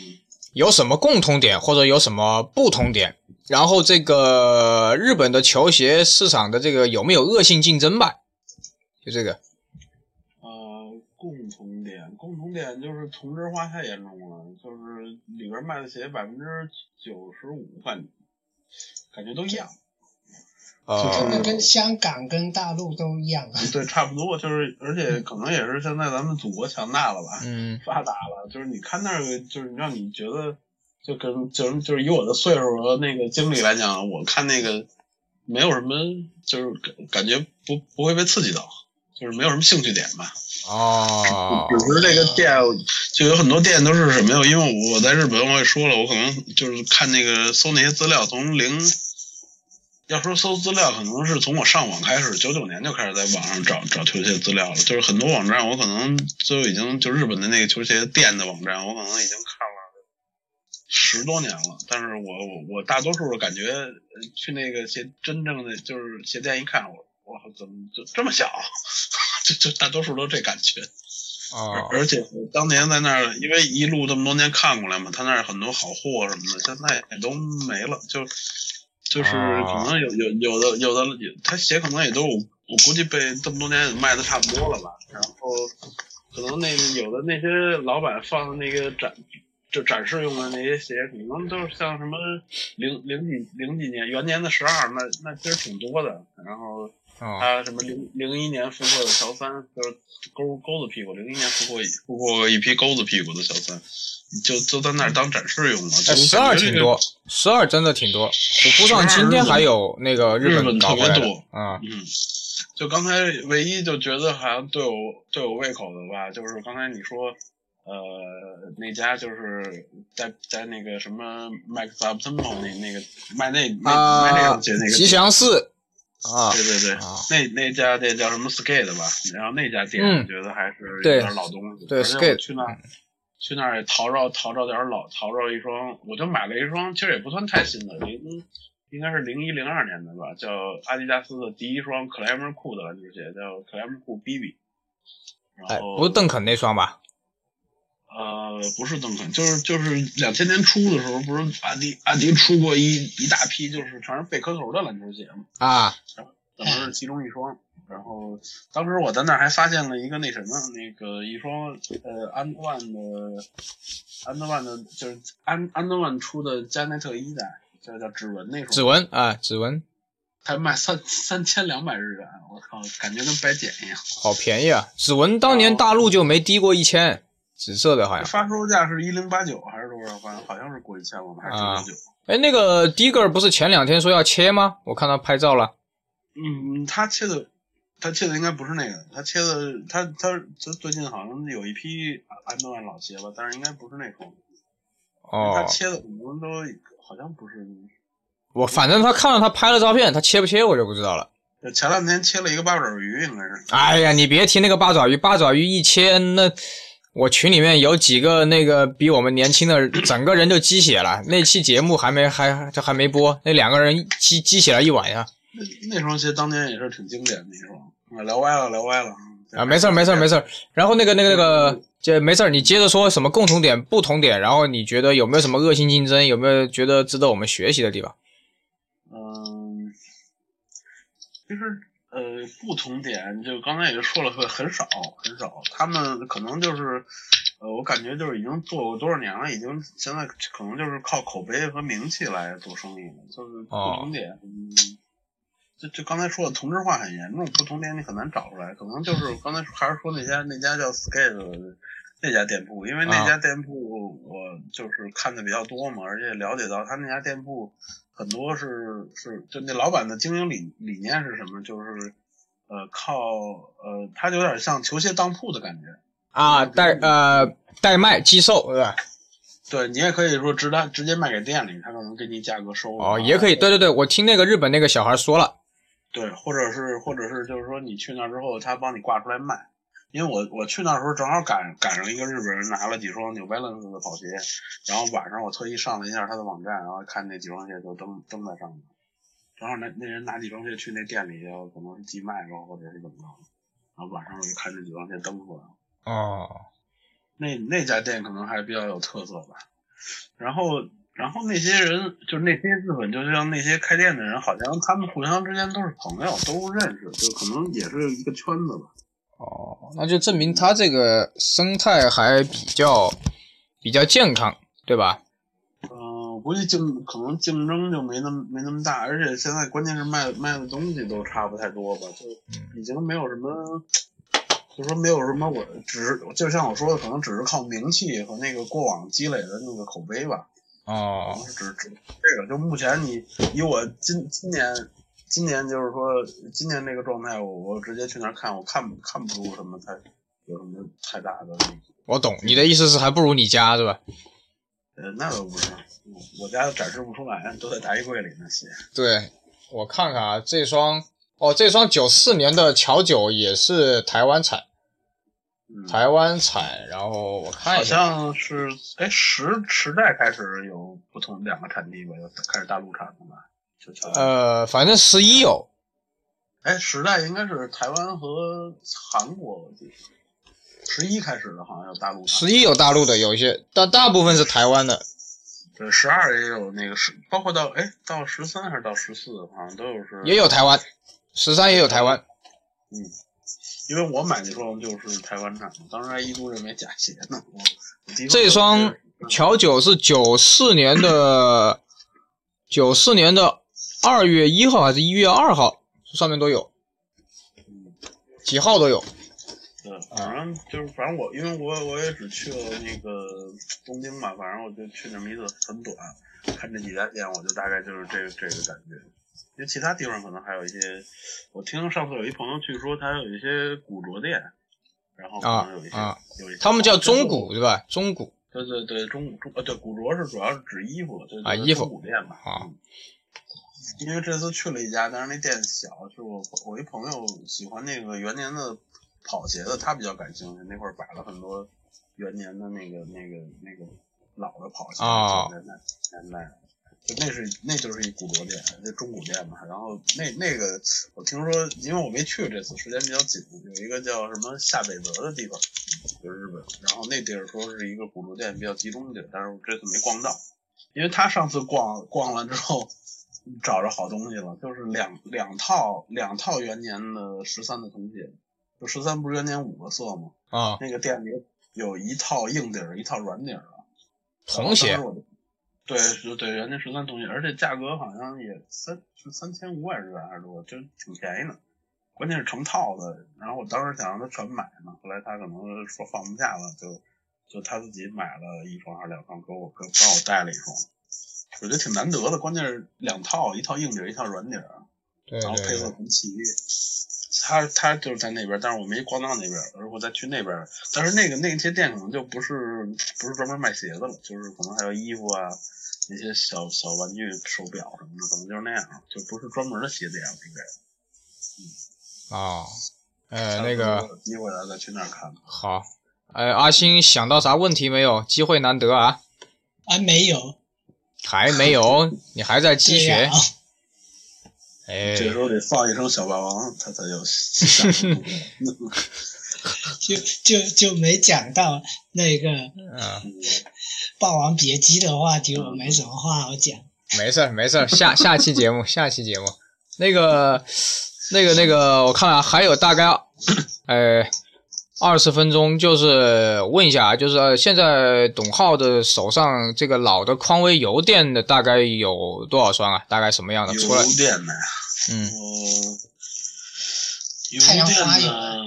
S1: 有什么共同点，或者有什么不同点？然后这个日本的球鞋市场的这个有没有恶性竞争吧？就这个，
S3: 呃，共同点，共同点就是同质化太严重了，就是里边卖的鞋百分之九十五感觉感觉都一样。嗯
S2: 就
S1: 呃
S2: 那跟香港跟大陆都一样啊，
S3: 对，差不多，就是而且可能也是现在咱们祖国强大了吧。
S1: 嗯
S3: 发达了，就是你看那个，就是让你觉得，就跟就是就是以我的岁数和那个经历来讲，我看那个没有什么，就是感感觉不不会被刺激到，就是没有什么兴趣点吧。
S1: 哦
S3: 比如这个店，就有很多店都是什么呀？因为我在日本，我也说了，我可能就是看那个搜那些资料，从零，要说搜资料，可能是从我上网开始，九九年就开始在网上找找球鞋资料了。就是很多网站，我可能就已经就日本的那个球鞋店的网站，我可能已经看了十多年了。但是我我我大多数感觉呃去那个鞋真正的就是鞋店一看，我我怎么就这么小？就就大多数都这感觉。 而
S1: 哦
S3: 啊而且我当年在那儿，因为一路这么多年看过来嘛，他那儿很多好货什么的，现在也都没了，就就是
S1: 啊
S3: 可能有有有的有的有他鞋可能也都我我估计被这么多年也卖的差不多了吧，然后可能那有的那些老板放的那个展。就展示用的那些鞋，可能都是像什么零零几零几年元年的十二，那那其实挺多的。然后
S1: 哦
S3: 他什么零零一年复刻的乔三，就是钩钩子屁股，零一年复刻复刻过一批钩子屁股的乔三，就就在那儿当展示用了。
S1: 哎，十二挺多，
S3: 就，
S1: 十二真的挺多。虎扑上今天还有那个日
S3: 日本
S1: 搞
S3: 特
S1: 回
S3: 别
S1: 来的
S3: 多，
S1: 啊
S3: 嗯，就刚才唯一就觉得好像对我对我胃口的吧，就是刚才你说。呃，那家就是在在那个什么 Max Optimo 那那个卖那卖卖那
S1: 啊
S3: 种鞋那，个哦
S1: 吉祥寺啊
S3: 对对对，
S1: 啊。
S3: 那那家店叫什么 Skate 吧，然后那家店
S1: 嗯
S3: 我觉得还是有
S1: 对
S3: 点老东西，
S1: 对
S3: 而且我
S1: Skate 嗯
S3: 去那儿去那儿也淘着淘着点儿老淘着一双，我就买了一双，其实也不算太新的，零应该是零一零二年的吧，叫阿迪达斯的第一双 c l i m e r Cool 的篮球鞋，叫 c l i m e r Cool BB。
S1: 哎
S3: 然，后、
S1: 不是邓肯那双吧？
S3: 呃，不是邓肯，就是就是两千年初的时候，不是阿迪阿迪出过一一大批，就是全是贝壳头的篮球鞋嘛。
S1: 啊，
S3: 可能是其中一双。然后当时我在那儿还发现了一个那什么，那个一双呃安德万的安德万的，就是安安德万出的加内特一代，叫叫指纹那
S1: 指
S3: 双，
S1: 纹啊，指纹，
S3: 才卖三三千两百日元，我靠，感觉跟白捡一样。
S1: 好便宜啊！指纹当
S3: 哦
S1: 年大陆就没低过一千，紫色的好像。
S3: 发售价是一零八九还是多少？反正好像是过一千了吧，还是九九九。
S1: 哎，那个 Digger 不是前两天说要切吗？我看他拍照了。
S3: 嗯嗯，他切的他切的应该不是那个，他切的他他他最近好像有一批安德万老鞋吧，但是应该不是那双。他
S1: 哦，
S3: 切的可能都好像不是。
S1: 我反正他看了他拍了照片，他切不切我就不知道了。
S3: 就前两天切了一个八爪鱼，应该是。
S1: 哎呀，你别提那个八爪鱼，八爪鱼一切那，我群里面有几个那个比我们年轻的，整个人就鸡血了。那期节目还没 还就还没播，那两个人鸡鸡血了一晚上
S3: 那那双鞋当年也是挺经典的一双。啊，聊歪了，聊歪了
S1: 啊，没事儿没事儿没事儿。然后那个那个那个，这没事儿，你接着说什么共同点、不同点，然后你觉得有没有什么恶性竞争，有没有觉得值得我们学习的地方？
S3: 嗯，其实呃，不同点就刚才也说了，很很少很少，他们可能就是呃，我感觉就是已经做过多少年了，已经现在可能就是靠口碑和名气来做生意了，就是不
S1: 哦
S3: 同点。嗯就就刚才说的同质化很严重，不同点你很难找出来，可 能就是刚才还是说那家那家叫 Skate 的那家店铺，因为那
S1: 啊
S3: 家店铺我就是看的比较多嘛，而且了解到他那家店铺很多是是就那老板的经营理理念是什么，就是呃靠呃他有点像球鞋当铺的感觉，
S1: 啊，代呃代卖寄售对吧？
S3: 对你也可以说直接直接卖给店里，他可能给你价格收啊
S1: 哦，也可以，对对对，我听那个日本那个小孩说了，
S3: 对，或者是或者是就是说你去那儿之后，他帮你挂出来卖。因为我我去那儿的时候正好赶赶上一个日本人拿了几双 New Balance 的跑鞋，然后晚上我特意上了一下他的网站，然后看那几双鞋就登登在上面。正好那那人拿几双鞋去那店里，要可能是寄卖然后或者是怎么着，然后晚上我就看这几双鞋登出来了。
S1: 哦。
S3: 那那家店可能还比较有特色吧。然后，然后那些人，就是那些日本，就像那些开店的人，好像他们互相之间都是朋友，都认识，就可能也是一个圈子吧。
S1: 哦，那就证明它这个生态还比较比较健康，对吧？
S3: 嗯、我估计竞可能竞争就没那么没那么大，而且现在关键是卖卖的东西都差不太多吧，就已经没有什么，就说没有什么我，只是就像我说的，可能只是靠名气和那个过往积累的那个口碑吧。
S1: 哦，
S3: 只只这个，就目前你以我今今年今年就是说今年这个状态，我我直接去那儿看，我看看不出什么太有什么太大的那个。
S1: 我懂你的意思是还不如你家是吧？
S3: 呃，那倒不是，我我家都展示不出来，都在大衣柜里那些。
S1: 对，我看看啊，这双哦，这双九四年的乔九也是台湾产，
S3: 嗯，
S1: 台湾产，然后我看
S3: 好
S1: 一下，
S3: 像是哎时时代开始有不同两个产地吧，有开始大陆产的吧，就乔丹。
S1: 呃，反正十一有，
S3: 哎，时代应该是台湾和韩国，我记得十一开始的，好像有大陆产。
S1: 十一有大陆的，有一些，但大部分是台湾的。
S3: 对，十二也有那个十，包括到哎到十三还是到十四，好像都有是。
S1: 也有台湾，十三也有台湾。
S3: 因为我买那双就是台湾产的，当时还一度认为假鞋呢。我我第一
S1: 这双乔九是九四年的，九四年的二月一号还是一月二号，上面都有，几号都有。
S3: 对，反正就是反正我因为我我也只去了那个东京嘛，反正我就去那么一次很短，看这几家店，我就大概就是这个这个感觉。因为其他地方可能还有一些，我听上次有一朋友去说他有一些古着店，然后可能有一些、
S1: 啊啊
S3: 有一些哦
S1: 他们叫中
S3: 古。
S1: 古对吧？中古
S3: 对对对，中中呃对古着是主要是指衣服，对对
S1: 啊
S3: 对
S1: 衣服
S3: 中古店吧。
S1: 啊
S3: 嗯，因为这次去了一家，但是那店小，是我我一朋友喜欢那个元年的跑鞋的，他比较感兴趣，那块儿摆了很多元年的那个那个那个老的跑鞋，
S1: 哦
S3: 年代年代的。就那是那就是一古着店，那中古店嘛。然后那那个我听说，因为我没去这次，时间比较紧，有一个叫什么下北泽的地方，就是日本。然后那地儿说是一个古着店比较集中的地儿，但是我这次没逛到，因为他上次逛逛了之后，找着好东西了，就是两两套两套元年的十三的童鞋，就十三不是元年五个色吗？
S1: 啊，
S3: 那个店里有一套硬底儿，一套软底儿的。
S1: 童鞋
S3: 然后当时我就。对，是对，人家十三童鞋，而且价格好像也三是三千五百日元还是多，就挺便宜的。关键是成套的，然后我当时想让他全买嘛，后来他可能说放不下了，就就他自己买了一双还是两双，给我给让我带了一双，我觉得挺难得的。关键是两套，一套硬底儿，一套软底儿，
S1: 对
S3: 然后
S1: 对
S3: 配
S1: 对
S3: 色。很齐。他他就是在那边，但是我没逛到那边，而我再去那边，但是那个那些店可能就不是不是专门卖鞋子了，就是可能还有衣服啊，那些小小玩具、手表什么的，可能就是那样，就不是专门的鞋店了应该。
S1: 哦，呃，那个
S3: 有机会了再去那儿看吧。
S1: 好，呃，阿星想到啥问题没有？机会难得啊，
S2: 还没有，啊
S1: 还没有，你还在积
S2: 对
S1: 雪
S2: 呀。
S1: 哎，
S3: 这时候得放一声小霸王，他才 有下一步。
S2: 就就就没讲到那个
S1: 嗯，
S2: 霸王别姬的话题，
S3: 嗯
S2: 我没什么话好讲。
S1: 没事儿，没事儿，下下期节目，下期节目，那个，那个，那个，我看了还有大概，呃，二十分钟，就是问一下啊，就是呃现在董浩的手上这个老的匡威油电的大概有多少双啊？大概什么样的？除了
S3: 邮电呢？
S1: 嗯，
S3: 嗯，邮
S2: 太
S3: 电
S2: 阳花有
S3: 呢？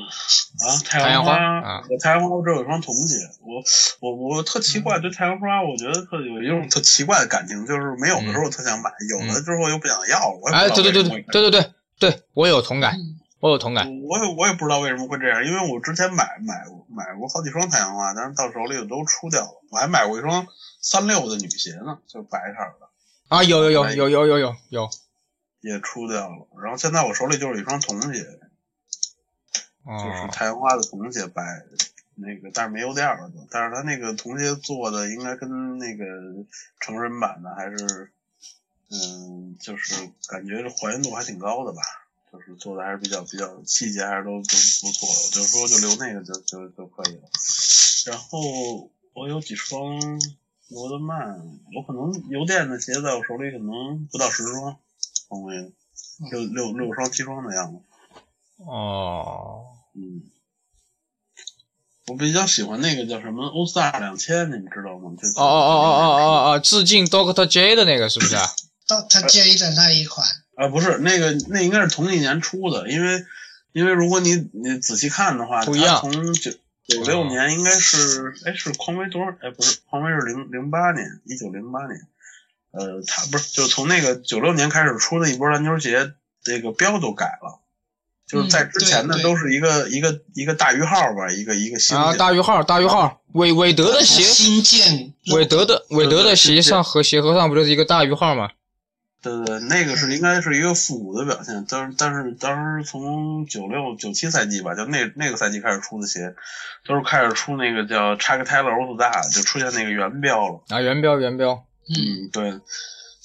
S3: 啊，
S1: 太
S3: 太
S1: 阳
S3: 阳
S1: 花
S3: 花
S1: 啊
S3: 我太阳花我这有一双童姐，我我我特奇
S2: 嗯
S3: 怪，对太阳花，我觉得特有一种特奇怪的感情，就是没有的时候特想买，有了之后又不想要。我
S1: 嗯
S3: 也
S1: 哎，
S3: 不
S1: 对对对
S3: 知道为什么
S1: 对
S3: 会
S1: 对对对对，我有同感，我有同感。
S3: 我也我也不知道为什么会这样，因为我之前买买过买过好几双太阳花，但是到手里我都出掉了。我还买过一双三六的女鞋呢，就白色的，
S1: 啊，有有有有有有有有，
S3: 也出掉了。然后现在我手里就是一双童鞋，就是
S1: 哦，
S3: 太阳花的童鞋白，那个但是没有垫了就，但是它那个童鞋做的应该跟那个成人版的还是，嗯，就是感觉还原度还挺高的吧，就是做的还是比较比较细节还是都都不错的，我就说就留那个就就就可以了。然后我有几双罗德曼，我可能邮电的鞋在我手里可能不到十双，后面六六六双七双的样子。
S1: 哦，
S3: 嗯，我比较喜欢那个叫什么欧萨两千，你们知道吗？就是
S1: 哦哦哦哦哦哦哦，致敬 Doctor J 的那个是不是啊？
S3: 呃
S2: Doctor J 的那一款，
S3: 啊，不是那个，那应该是同一年出的，因为因为如果你你仔细看的话，
S1: 不一样哦
S3: 它从九九六年应该是哎是匡威多少？哎不是，匡威是零零八年，一九零八年。呃，它不是就从那个九六年开始出的一波篮球鞋，这个标都改了，就是在
S2: 嗯
S3: 之
S2: 对
S3: 前的
S2: 对
S3: 都是一个、一个一个大于号吧，一个一个星
S1: 啊，
S3: 星
S1: 大于号，大于号，韦韦德的鞋，
S2: 新建
S1: 韦德的韦德的
S3: 对
S1: 鞋
S3: 对
S1: 上和鞋盒上不就是一个大于号吗？
S3: 对对，对，那个是应该是一个复古的表现，但是但是当时从九六九七赛季吧，就那那个赛季开始出的鞋，都是开始出那个叫叉个 Taylor o 大，就出现那个圆标了。
S1: 啊，原标原标，
S2: 嗯，
S3: 嗯，对，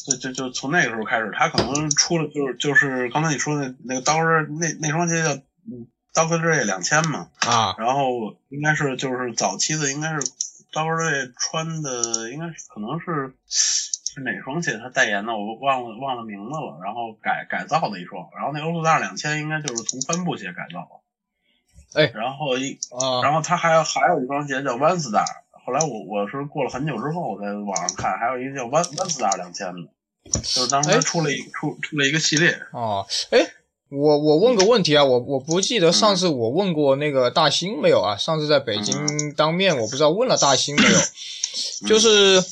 S3: 就就就从那个时候开始，他可能出了就是就是刚才你说的那个当时那那双鞋叫嗯 Dr. Dre 两千嘛，
S1: 啊，
S3: 然后应该是就是早期的应该是 Dr. Dre 穿的应该是可能是是哪双鞋他代言的，我忘了忘了名字了。然后改改造的一双，然后那欧陆大两千应该就是从帆布鞋改造的。
S1: 哎
S3: 然后一
S1: 啊，
S3: 然后他还还有一双鞋叫 One Star，后来我我是过了很久之后我在网上看，还有一个叫 One One Star 两千的，就是当时
S1: 哎
S3: 他出了一出出了一个系列，
S1: 哦，哎，我我问个问题啊，我我不记得上次我问过那个大兴没有啊？上次在北
S2: 嗯
S1: 京当面，我不知道问了大兴没有，
S2: 嗯
S1: 就是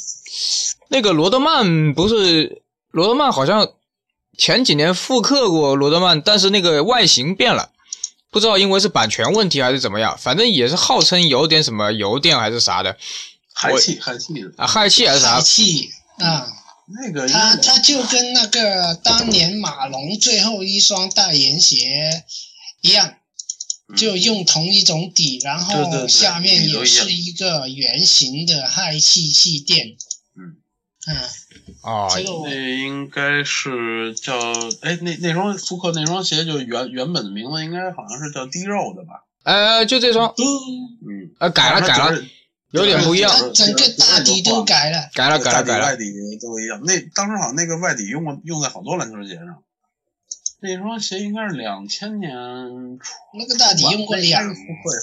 S1: 那个罗德曼不是罗德曼好像前几年复刻过罗德曼，但是那个外形变了。不知道因为是版权问题还是怎么样，反正也是号称有点什么邮电还是啥的
S3: 氦气氦气的
S1: 啊，氦气还是啥嗯
S2: 海气啊，
S3: 那个应该
S2: 它它就跟那个当年马龙最后一双代言鞋一样，
S3: 嗯
S2: 就用同一种底，然
S3: 对对
S2: 后
S3: 对
S2: 下面
S3: 底都
S2: 也
S3: 一样
S2: 是一个圆形的氦气气垫。
S3: 嗯
S2: 嗯，
S1: 哦，
S2: 这个我
S3: 那应该是叫哎，那那双复刻那双鞋就原原本的名字应该好像是叫 D 肉的吧？
S1: 呃，就这双，
S2: 不，
S3: 嗯，
S1: 呃，改
S2: 啊
S1: 了改
S3: 反
S1: 了
S3: 正，
S1: 有点不一样，
S2: 它整个大底都改了。
S1: 改了
S3: 就是
S1: 改了
S3: 大底
S1: 改
S3: 外
S1: 了，
S3: 底都一样。那当时好像那个外底用过用在好多篮球鞋上。那双鞋应该是两千年出，
S2: 那个大底用过两个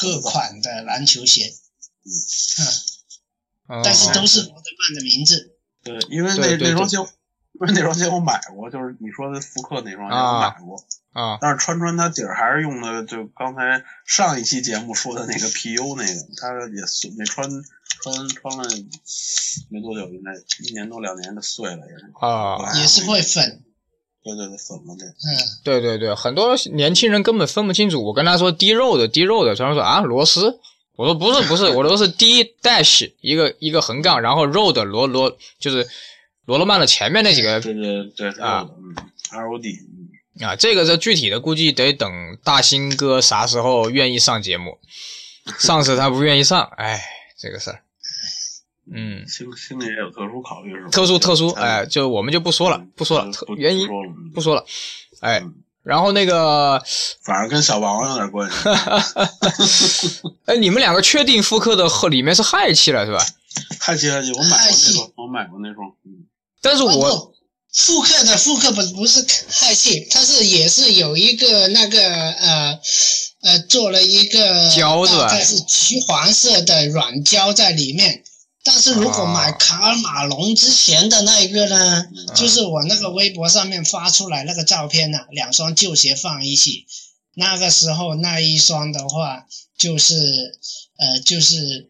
S3: 个
S2: 款的篮球鞋，
S1: 嗯
S2: 但是都是罗德曼的名字。
S3: 对，因为
S1: 对
S3: 那
S1: 对
S3: 那双鞋，因为那双鞋我 买过，就是你说的复刻那双鞋我
S1: 啊
S3: 买过，
S1: 啊
S3: 但是穿穿它底儿还是用的，就刚才上一期节目说的那个 PU 那个，它也碎那穿穿穿了没多久，应该一年多两年就碎了，也是。
S1: 啊
S3: 嗯
S2: 也是会粉，
S3: 对对对，粉了对。
S2: 嗯，
S1: 对对对，很多年轻人根本分不清楚。我跟他说滴肉的，滴肉的，他们说啊螺丝，我说不是不是，我都是滴 dash 一个一个横杠，然后肉的罗罗就是罗勒曼的前面那几个
S3: 对对对，是
S1: 哎啊
S3: 有的嗯，R O D，嗯
S1: 啊，这个这具体的估计得等大兴哥啥时候愿意上节目。上次他不愿意上，哎，这个事儿，嗯，
S3: 心心里也有特殊考虑是吧？
S1: 特殊特殊，
S3: 才
S1: 哎，，就我们就不说了
S3: 嗯，
S1: 不说了，
S3: 不
S1: 特
S3: 不
S1: 原因
S3: 说了，嗯
S1: 不说了，哎
S3: 嗯，
S1: 然后那个，
S3: 反正跟小王有点 关系。
S1: 哎，你们两个确定复刻的后里面是氦气了是吧？
S3: 氦气氦气，我
S2: 氦
S3: 买过那
S2: 气
S3: 双，我买过那双，嗯，
S1: 但是
S2: 哦
S1: 我
S2: 不复刻的复刻不不是氦气，它是也是有一个那个呃呃做了一个
S1: 胶是吧
S2: 大概是橘黄色的软胶在里面。但是如果买
S1: 哦
S2: 卡尔马龙之前的那一个呢，
S3: 嗯
S2: 就是我那个微博上面发出来那个照片呢、两双旧鞋放一起，那个时候那一双的话就是呃就是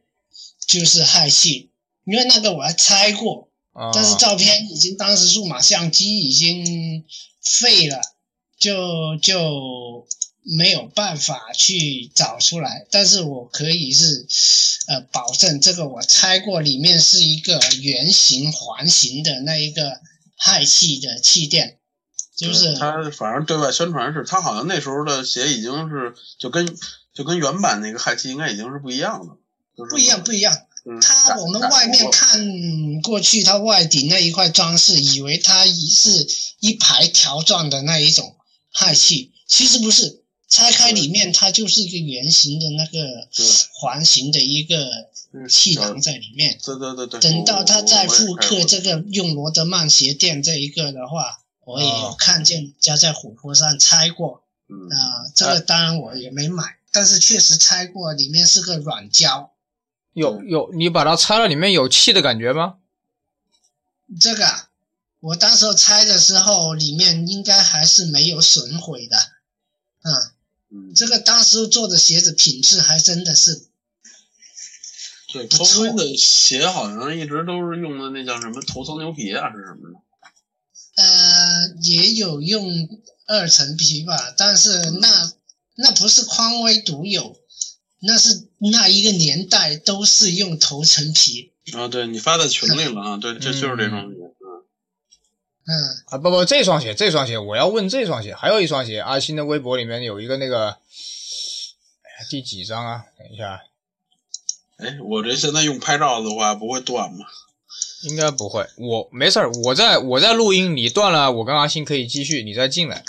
S2: 就是氦气，因为那个我还拆过，
S1: 啊，
S2: 但是照片已经当时数码相机已经废了，就就没有办法去找出来。但是我可以是，呃，保证这个我拆过，里面是一个圆形环形的那一个氦气的气垫，就是
S3: 对他反正对外宣传是，他好像那时候的鞋已经是就跟就跟原版那个氦气应该已经是不一样的，就是
S2: 不一样，不一样。
S3: 嗯
S2: 它
S3: 改
S2: 我们
S3: 改
S2: 外面
S3: 过
S2: 看过去，它外顶那一块装饰，以为它一是一排条状的那一种氦气，其实不是。拆开里面，它就是一个圆形的那个
S3: 对
S2: 环形的一个
S3: 嗯
S2: 气
S3: 小
S2: 囊在里面。
S3: 对对对对。
S2: 等
S3: 我
S2: 到它再复刻，这
S3: 我
S2: 个用罗德曼鞋垫这一个的话，我也有
S1: 哦
S2: 看见人家在火坡上拆过。
S3: 我也开过
S2: 啊、这个当然我也没买，但是确实拆过，里面是个软胶。
S1: 有有，你把它拆了，里面有气的感觉吗？
S2: 这个啊我当时候拆的时候，里面应该还是没有损毁的。嗯，
S3: 嗯，嗯
S2: 这个当时候做的鞋子品质还真的是
S3: 对，
S2: 不
S3: 头
S2: 错
S3: 盔的鞋好像一直都是用的那叫什么头层牛皮啊，是什么的？
S2: 呃，也有用二层皮吧，但是那那不是匡威独有，那是那一个年代都是用头层皮。
S3: 啊，对你发在群里了啊，对，这就是这双鞋，
S2: 嗯，
S1: 啊，不不，这双鞋，这双鞋，我要问这双鞋，还有一双鞋，阿星的微博里面有一个那个，哎呀，第几张啊？等一下，
S3: 哎，我这现在用拍照的话不会断吗？
S1: 应该不会，我没事儿，我在我在录音，你断了，我跟阿星可以继续，你再进来。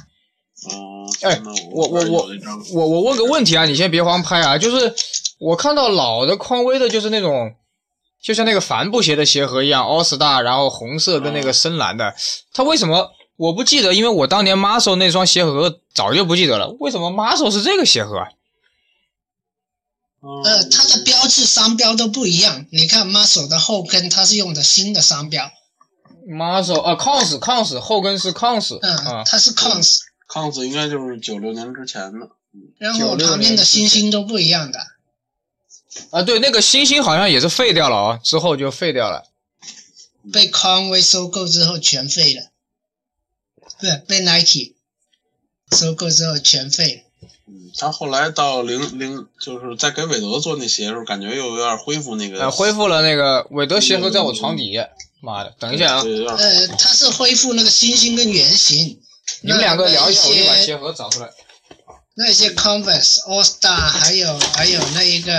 S3: 哦，
S1: 哎
S3: 那
S1: 我我
S3: 我
S1: 我
S3: 有一张
S1: 我我问个问题啊，你先别慌拍啊，就是我看到老的匡威的，就是那种，就像那个帆布鞋的鞋盒一样，All Star，然后红色跟那个深蓝的，它为什么我不记得？因为我当年 Muscle 那双鞋盒早就不记得了，为什么 Muscle 是这个鞋盒啊？
S3: 嗯
S2: 呃，它的标志商标都不一样。你看 Muscle 的后跟，它是用的新的商标，
S1: Muscle 啊，Cons Cons 后跟是 Cons 啊
S2: 嗯，，它是 Cons，
S3: Cons 应该就是九六年之前的，
S2: 然后旁边的星星都不一样的。
S1: 啊对，那个星星好像也是废掉了啊、之后就废掉了。
S2: 被匡威收购之后全废了，不是被 Nike 收购之后全废了。
S3: 嗯，他后来到零零，就是在给韦德做那鞋的时候，感觉又有点恢复那个，
S1: 呃，恢复了那个韦德鞋盒在我床底下。妈的，等一下啊，
S3: 对，有点
S2: 呃，它是恢复那个星星跟圆形。
S1: 你们两个聊一下，
S2: 那
S1: 我就把
S2: 那一些
S1: 鞋盒找出来。
S2: 那一些 Converse、All Star，还有还有那一个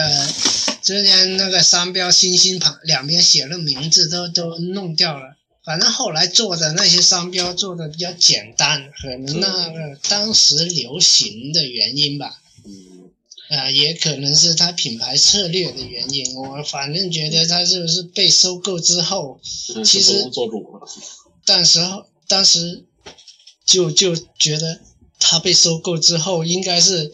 S2: 之前那个商标星星旁两边写了名字都都弄掉了。反正后来做的那些商标做的比较简单，可能那个当时流行的原因吧。
S3: 嗯，
S2: 啊，也可能是他品牌策略的原因。我反正觉得他就是被收购之后，
S3: 嗯
S2: 其实
S3: 就不能做主了，
S2: 当时候当时就就觉得他被收购之后，应该是，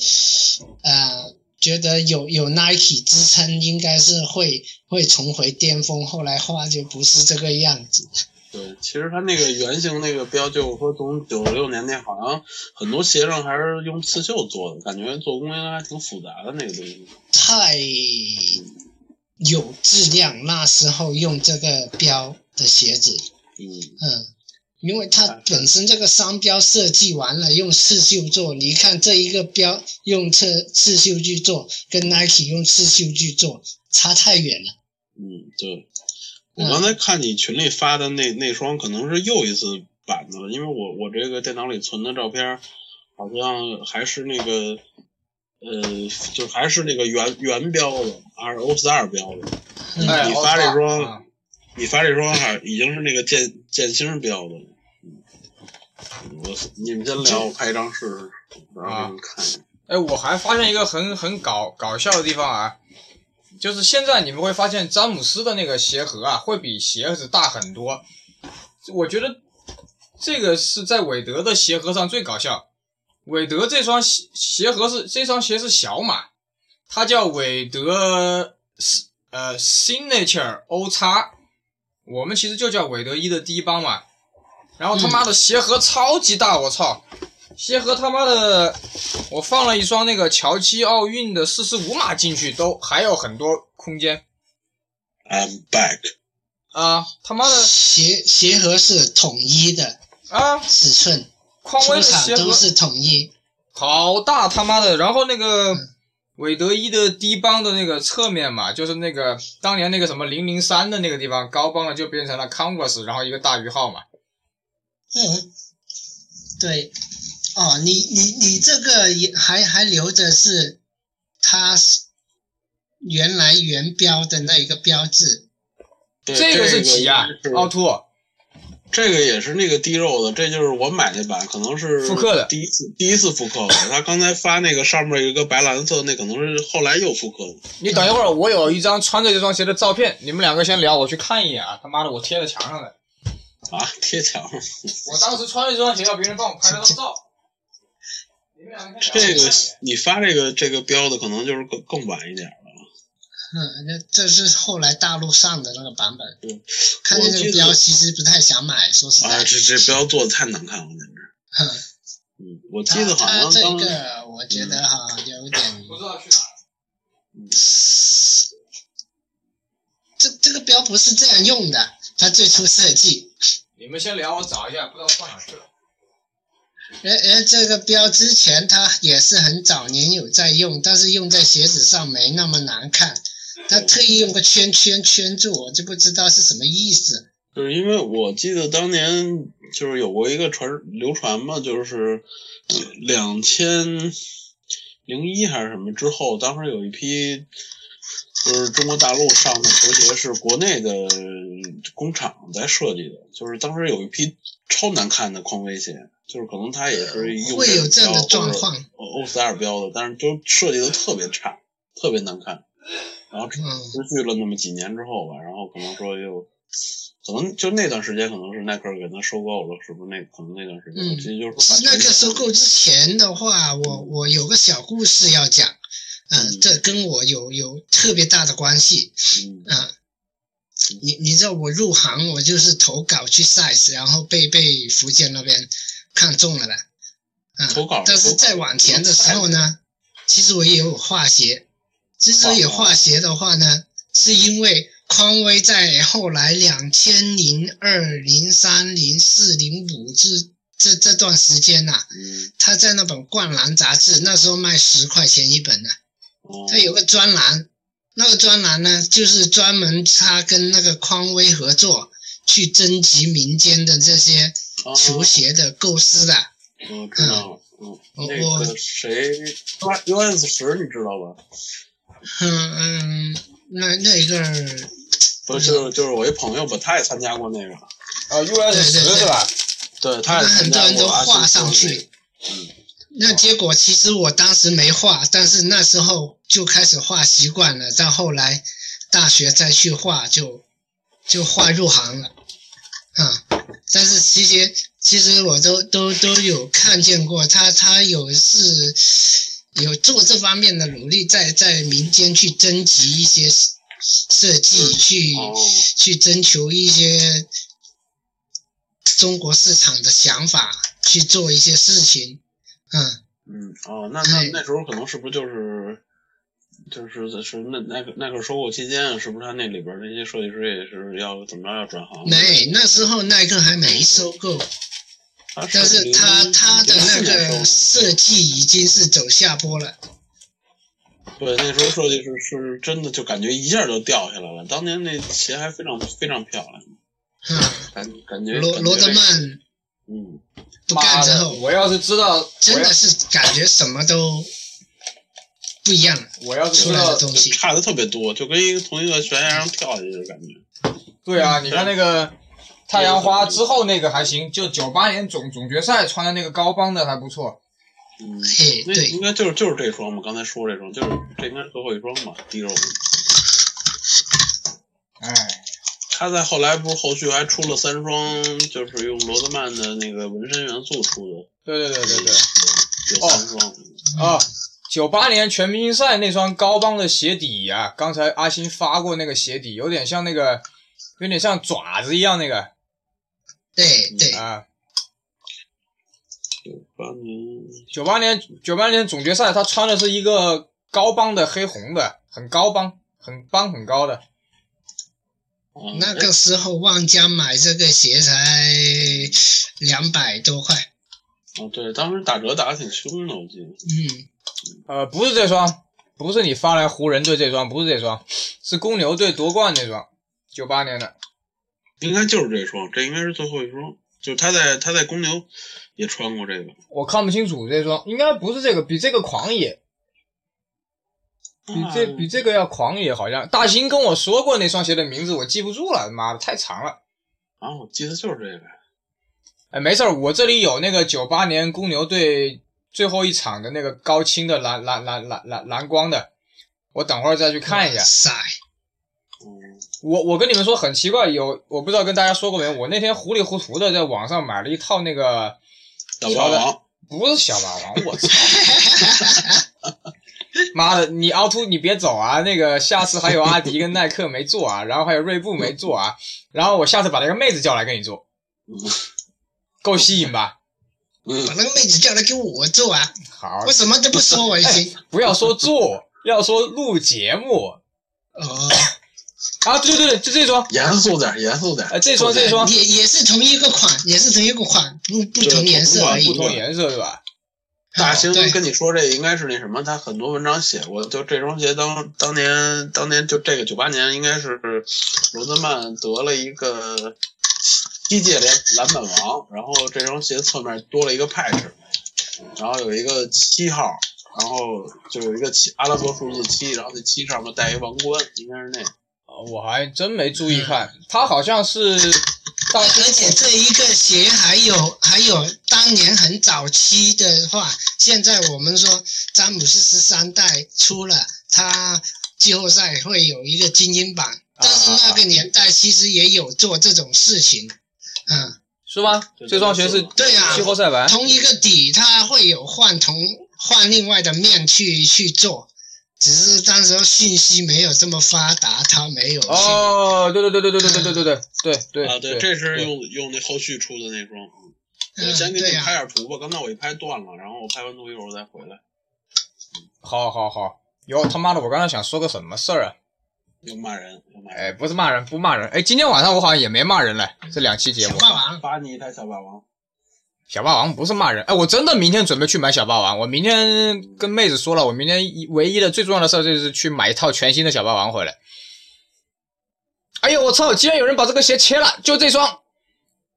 S2: 呃，觉得有有 Nike 支撑，应该是会会重回巅峰。后来话就不是这个样子。
S3: 对，其实他那个圆形那个标，就我说从九六年那好像很多鞋上还是用刺绣做的，感觉做工应该还挺复杂的那个东西。
S2: 太有质量，那时候用这个标的鞋子，
S3: 嗯，
S2: 嗯，因为它
S1: 啊
S2: 本身这个商标设计完了，用刺绣做，你看这一个标用刺刺绣去做，跟 Nike 用刺绣去做，差太远了。
S3: 嗯，对。我刚才看你群里发的那那双，可能是又一次版的了，因为我我这个电脑里存的照片，好像还是那个，呃，就还是那个原原标的，二欧四二标的。
S2: 嗯
S1: 哎
S3: 你发这
S1: 我操
S3: 双
S1: 啊，
S3: 你发这双还已经是那个剑剑星标的了。嗯我你们先聊，我拍一张试试，然后给你们看一下。
S1: 哎，我还发现一个很很搞搞笑的地方啊，就是现在你们会发现詹姆斯的那个鞋盒啊，会比鞋子大很多。我觉得这个是在韦德的鞋盒上最搞笑。韦德这双鞋鞋盒是这双鞋是小码，它叫韦德呃 Signature O 叉，我们其实就叫韦德一的第一帮嘛。然后他妈的鞋盒超级大，我操！鞋盒他妈的我放了一双那个乔七奥运的四十五码进去，都还有很多空间
S3: I'm back。
S1: 啊！他妈的
S2: 鞋鞋盒是统一的
S1: 啊！
S2: 尺寸，
S1: 匡威
S2: 出
S1: 的鞋盒
S2: 厂都是统一。
S1: 好大他妈的，然后那个韦德一的低帮的那个侧面嘛，就是那个当年那个什么零零三的那个地方，高帮的就变成了 Converse，然后一个大于号嘛。
S2: 嗯，对。哦，你你你这个也还还留着是，它是原来原标的那一个标志。
S3: 对
S1: 这个是几啊
S3: 这？个
S1: 凹凸
S3: 这个也是那个低肉的，这就是我买那版，可能是
S1: 复刻的
S3: 第一次第一次复刻的。他刚才发那个上面有一个白蓝色，那可能是后来又复刻的。
S1: 你等一会儿，我有一张穿着这双鞋的照片，你们两个先聊，我去看一眼啊！他妈的，我贴在墙上的。
S3: 啊，贴墙上。
S1: 我当时穿着这双鞋，要别人帮我拍了张照。你们两个先聊
S3: 这个你发这个这个标的，可能就是更更晚一点了。
S2: 嗯，那这是后来大陆上的那个版本。
S3: 嗯，
S2: 看见
S3: 我
S2: 这个
S3: 记得
S2: 标，其实不太想买，说实在
S3: 啊，
S2: 的。
S3: 这这标做的太难看了，简直。
S2: 哼
S3: 嗯，我记
S2: 它
S3: 得好
S2: 它
S3: 像
S2: 这
S3: 当嗯
S2: 个，我觉得哈，有点
S1: 不知道去哪儿。
S2: 这这个标不是这样用的，它最初设计，
S1: 你们先聊，我找一下，不知道放哪去了。
S2: 而而这个标之前它也是很早年有在用，但是用在鞋子上没那么难看，它特意用个圈圈圈住，我就不知道是什么意思。
S3: 就是因为我记得当年就是有过一个传流传嘛，就是两千零一还是什么之后，当时有一批就是中国大陆上的球鞋是国内的工厂在设计的，就是当时有一批超难看的匡威鞋，就是可能它也是用
S2: 会有这样的
S3: 标
S2: 状
S3: 或者
S2: 况，
S3: 欧四二标的，但是都设计的特别差，特别难看。然后持
S2: 嗯，
S3: 续了那么几年之后吧，然后可能说又，可能就那段时间可能是耐克给他收购了，是不是那可能那段时间，
S2: 嗯
S3: 我记得就是说嗯
S2: 是那个收购之前的话，我我有个小故事要讲，嗯
S3: 嗯，
S2: 这跟我有有特别大的关系。
S3: 嗯
S2: 嗯，你你知道我入行，我就是投稿去 size，然后被被福建那边看中了的。嗯，
S3: 投稿
S2: 但是再往前的时候呢，其实我也有画鞋。之所以画鞋的话呢，是因为匡威在后来两千零二、零三、零四、零五这这这段时间呐、
S3: 嗯，
S2: 他在那本《灌篮》杂志，那时候卖十块钱一本呢、
S3: 哦
S2: 它有个专栏，那个专栏呢，就是专门他跟那个匡威合作，去征集民间的这些
S3: 哦
S2: 球鞋的构思的。
S3: 我知道了，嗯，
S2: 我
S3: 那个谁，U S 十你知道吧？
S2: 嗯嗯，那那个
S3: 不是，就是就是我一朋友吧，他也参加过那个，
S1: 呃，US
S2: 对对
S1: 十
S2: 对
S1: 是吧？
S3: 对，他也参
S2: 很多
S3: 加
S2: 人
S3: 过
S2: 都
S3: 阿
S2: 画
S3: 信
S2: 上
S3: 说的
S2: 去。嗯那结果其实我当时没画，但是那时候就开始画习惯了，到后来大学再去画就就画入行了，啊、但是其实其实我都都都有看见过他，他有是有做这方面的努力，在在民间去征集一些设计，去、
S3: 哦
S2: 去征求一些中国市场的想法，去做一些事情，嗯。
S3: 嗯，哦，那那
S2: 对
S3: 那时候可能是不是就是就是在说那耐克耐克收购期间，是不是他那里边那些设计师也是要怎么着要转行？
S2: 没，那时候耐克还没收购，
S3: 他
S2: 但是
S3: 零
S2: 他他的那
S3: 04年收
S2: 个设计已经是走下坡了。
S3: 对，那时候设计师是真的就感觉一下就掉下来了。当年那鞋还非常非常漂亮，
S2: 嗯，
S3: 感感觉
S2: 罗
S3: 感觉
S2: 罗德
S3: 这
S2: 曼
S3: 嗯，
S2: 不干
S1: 妈
S2: 之
S1: 的！
S2: 后，
S1: 我要是知道，
S2: 真
S1: 我要
S2: 的是感觉什么都不一样了，
S1: 我要是
S2: 出
S1: 知
S2: 来
S1: 道
S2: 的，东
S3: 就
S2: 西。
S3: 差的特别多，就跟一个从一个悬崖上跳下去的感觉。
S1: 对啊，你看那个太阳花之后那个还行，就九八年总总决赛穿的那个高帮的还不错。
S3: 嗯，
S2: 嘿，
S3: 那
S2: 对
S3: 应，该就是就是这双吧，刚才说这双，就是这应该是最后一双吧，低肉。
S1: 哎，
S3: 他在后来不是后续还出了三双，就是用罗德曼的那个纹身元素出的，
S1: 对对对对对，
S3: 有三双。
S1: 哦，九八年全明星赛那双高帮的鞋底啊，刚才阿星发过那个鞋底，有点像那个，有点像爪子一样那个
S2: 对对，
S1: 啊。
S3: 九八年，
S1: 九八年九八年总决赛，他穿的是一个高帮的黑红的，很高帮，很帮很高的。
S3: 啊
S2: 那个时候万家买这个鞋才两百多块，
S3: 哎哦，对，当时打折打的挺凶的，我记得。
S2: 嗯，
S1: 呃，不是这双，不是你发来湖人队这双，不是这双，是公牛队夺冠那双，九八年的。
S3: 应该就是这双，这应该是最后一双。就是他在他在公牛也穿过这个，
S1: 我看不清楚这双，应该不是这个，比这个狂野，比这
S3: 啊
S1: 比这个要狂野，好像大兴跟我说过那双鞋的名字，我记不住了，妈的太长了。
S3: 啊，我记得就是这个。
S1: 哎，没事儿，我这里有那个九八年公牛队最后一场的那个高清的蓝蓝蓝蓝蓝蓝光的，我等会儿再去
S3: 哎
S1: 看一下
S2: 哇。塞，
S3: 嗯，
S1: 我我跟你们说很奇怪，有我不知道跟大家说过没有，我那天糊里糊涂的在网上买了一套那个
S3: 小霸王，
S1: 不是小霸王， 我操！妈的，你凹凸你别走啊！那个下次还有阿迪跟耐克没做啊，然后还有锐步没做啊，然后我下次把那个妹子叫来跟你做，够吸引吧？
S3: 嗯
S2: 把，那个妹子叫来给我做啊，
S1: 好，
S2: 我什么都不说，我已 经。
S1: 不要说做，要说录节目
S2: 哦，
S1: 啊！对对对，就这双，
S3: 严肃点，严肃点。
S1: 呃，这双这双
S2: 也也是同一个款，也是同一个款，不不同颜色而已啊
S1: 不。同颜色对吧？
S3: 大兴
S2: 对
S3: 跟你说这应该是那什么，他很多文章写过，就这双鞋当当年当年就这个九八年应该是罗德曼得了一个七届篮篮板王，然后这双鞋侧面多了一个派式，然后有一个七号，然后就有一个七阿拉伯数字七，然后那七上面带一王冠，应该是那个。
S1: 呃我还真没注意看，它好像是大
S2: 而且这一个鞋还有还有当年很早期的话，现在我们说詹姆斯十三代出了，他季后赛会有一个精英版，但是
S1: 啊
S2: 那个年代其实也有做这种事情，嗯，
S1: 是吗？这双鞋是
S2: 对啊
S1: 季后赛版，
S2: 同一个底它会有换同换另外的面去去做，只是当时候信息没有这么发达，它没有去。
S1: 哦，对对对对对对对对对对对
S3: 啊，
S1: 对，
S3: 对，这是用用那后续出的那双。嗯我
S2: 嗯
S3: 先给你
S2: 对啊
S3: 拍点图吧，刚才我一拍断了，然后我拍完图一会儿我再回来。
S1: 好好好，哟他妈的，我刚才想说个什么事儿啊？
S3: 又骂人，又骂人。
S1: 哎，不是骂人，不骂人，哎，今天晚上我好像也没骂人嘞，这两期节
S2: 小
S1: 目。
S2: 霸王，
S3: 罚你一台小霸王。
S1: 小霸王不是骂人，哎，我真的明天准备去买小霸王。我明天跟妹子说了，我明天一唯一的最重要的事儿就是去买一套全新的小霸王回来。哎呦，我操！竟然有人把这个鞋切了，就这双。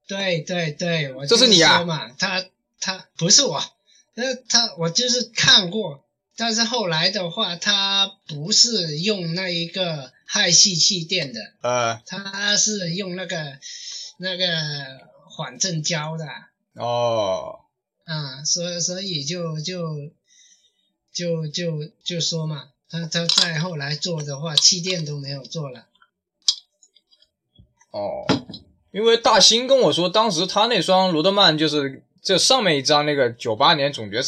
S2: 对对对，我
S1: 这是你啊
S2: 就说嘛，他他不是我，那他我就是看过，但是后来的话，他不是用那一个氦系气垫的，
S1: 呃，
S2: 他是用那个那个缓震胶的，
S1: 哦，
S2: 啊、所以所以就就就就就说嘛，他他再后来做的话，气垫都没有做了。
S1: 哦，因为大兴跟我说，当时他那双罗德曼就是这上面一张那个九八年总决赛。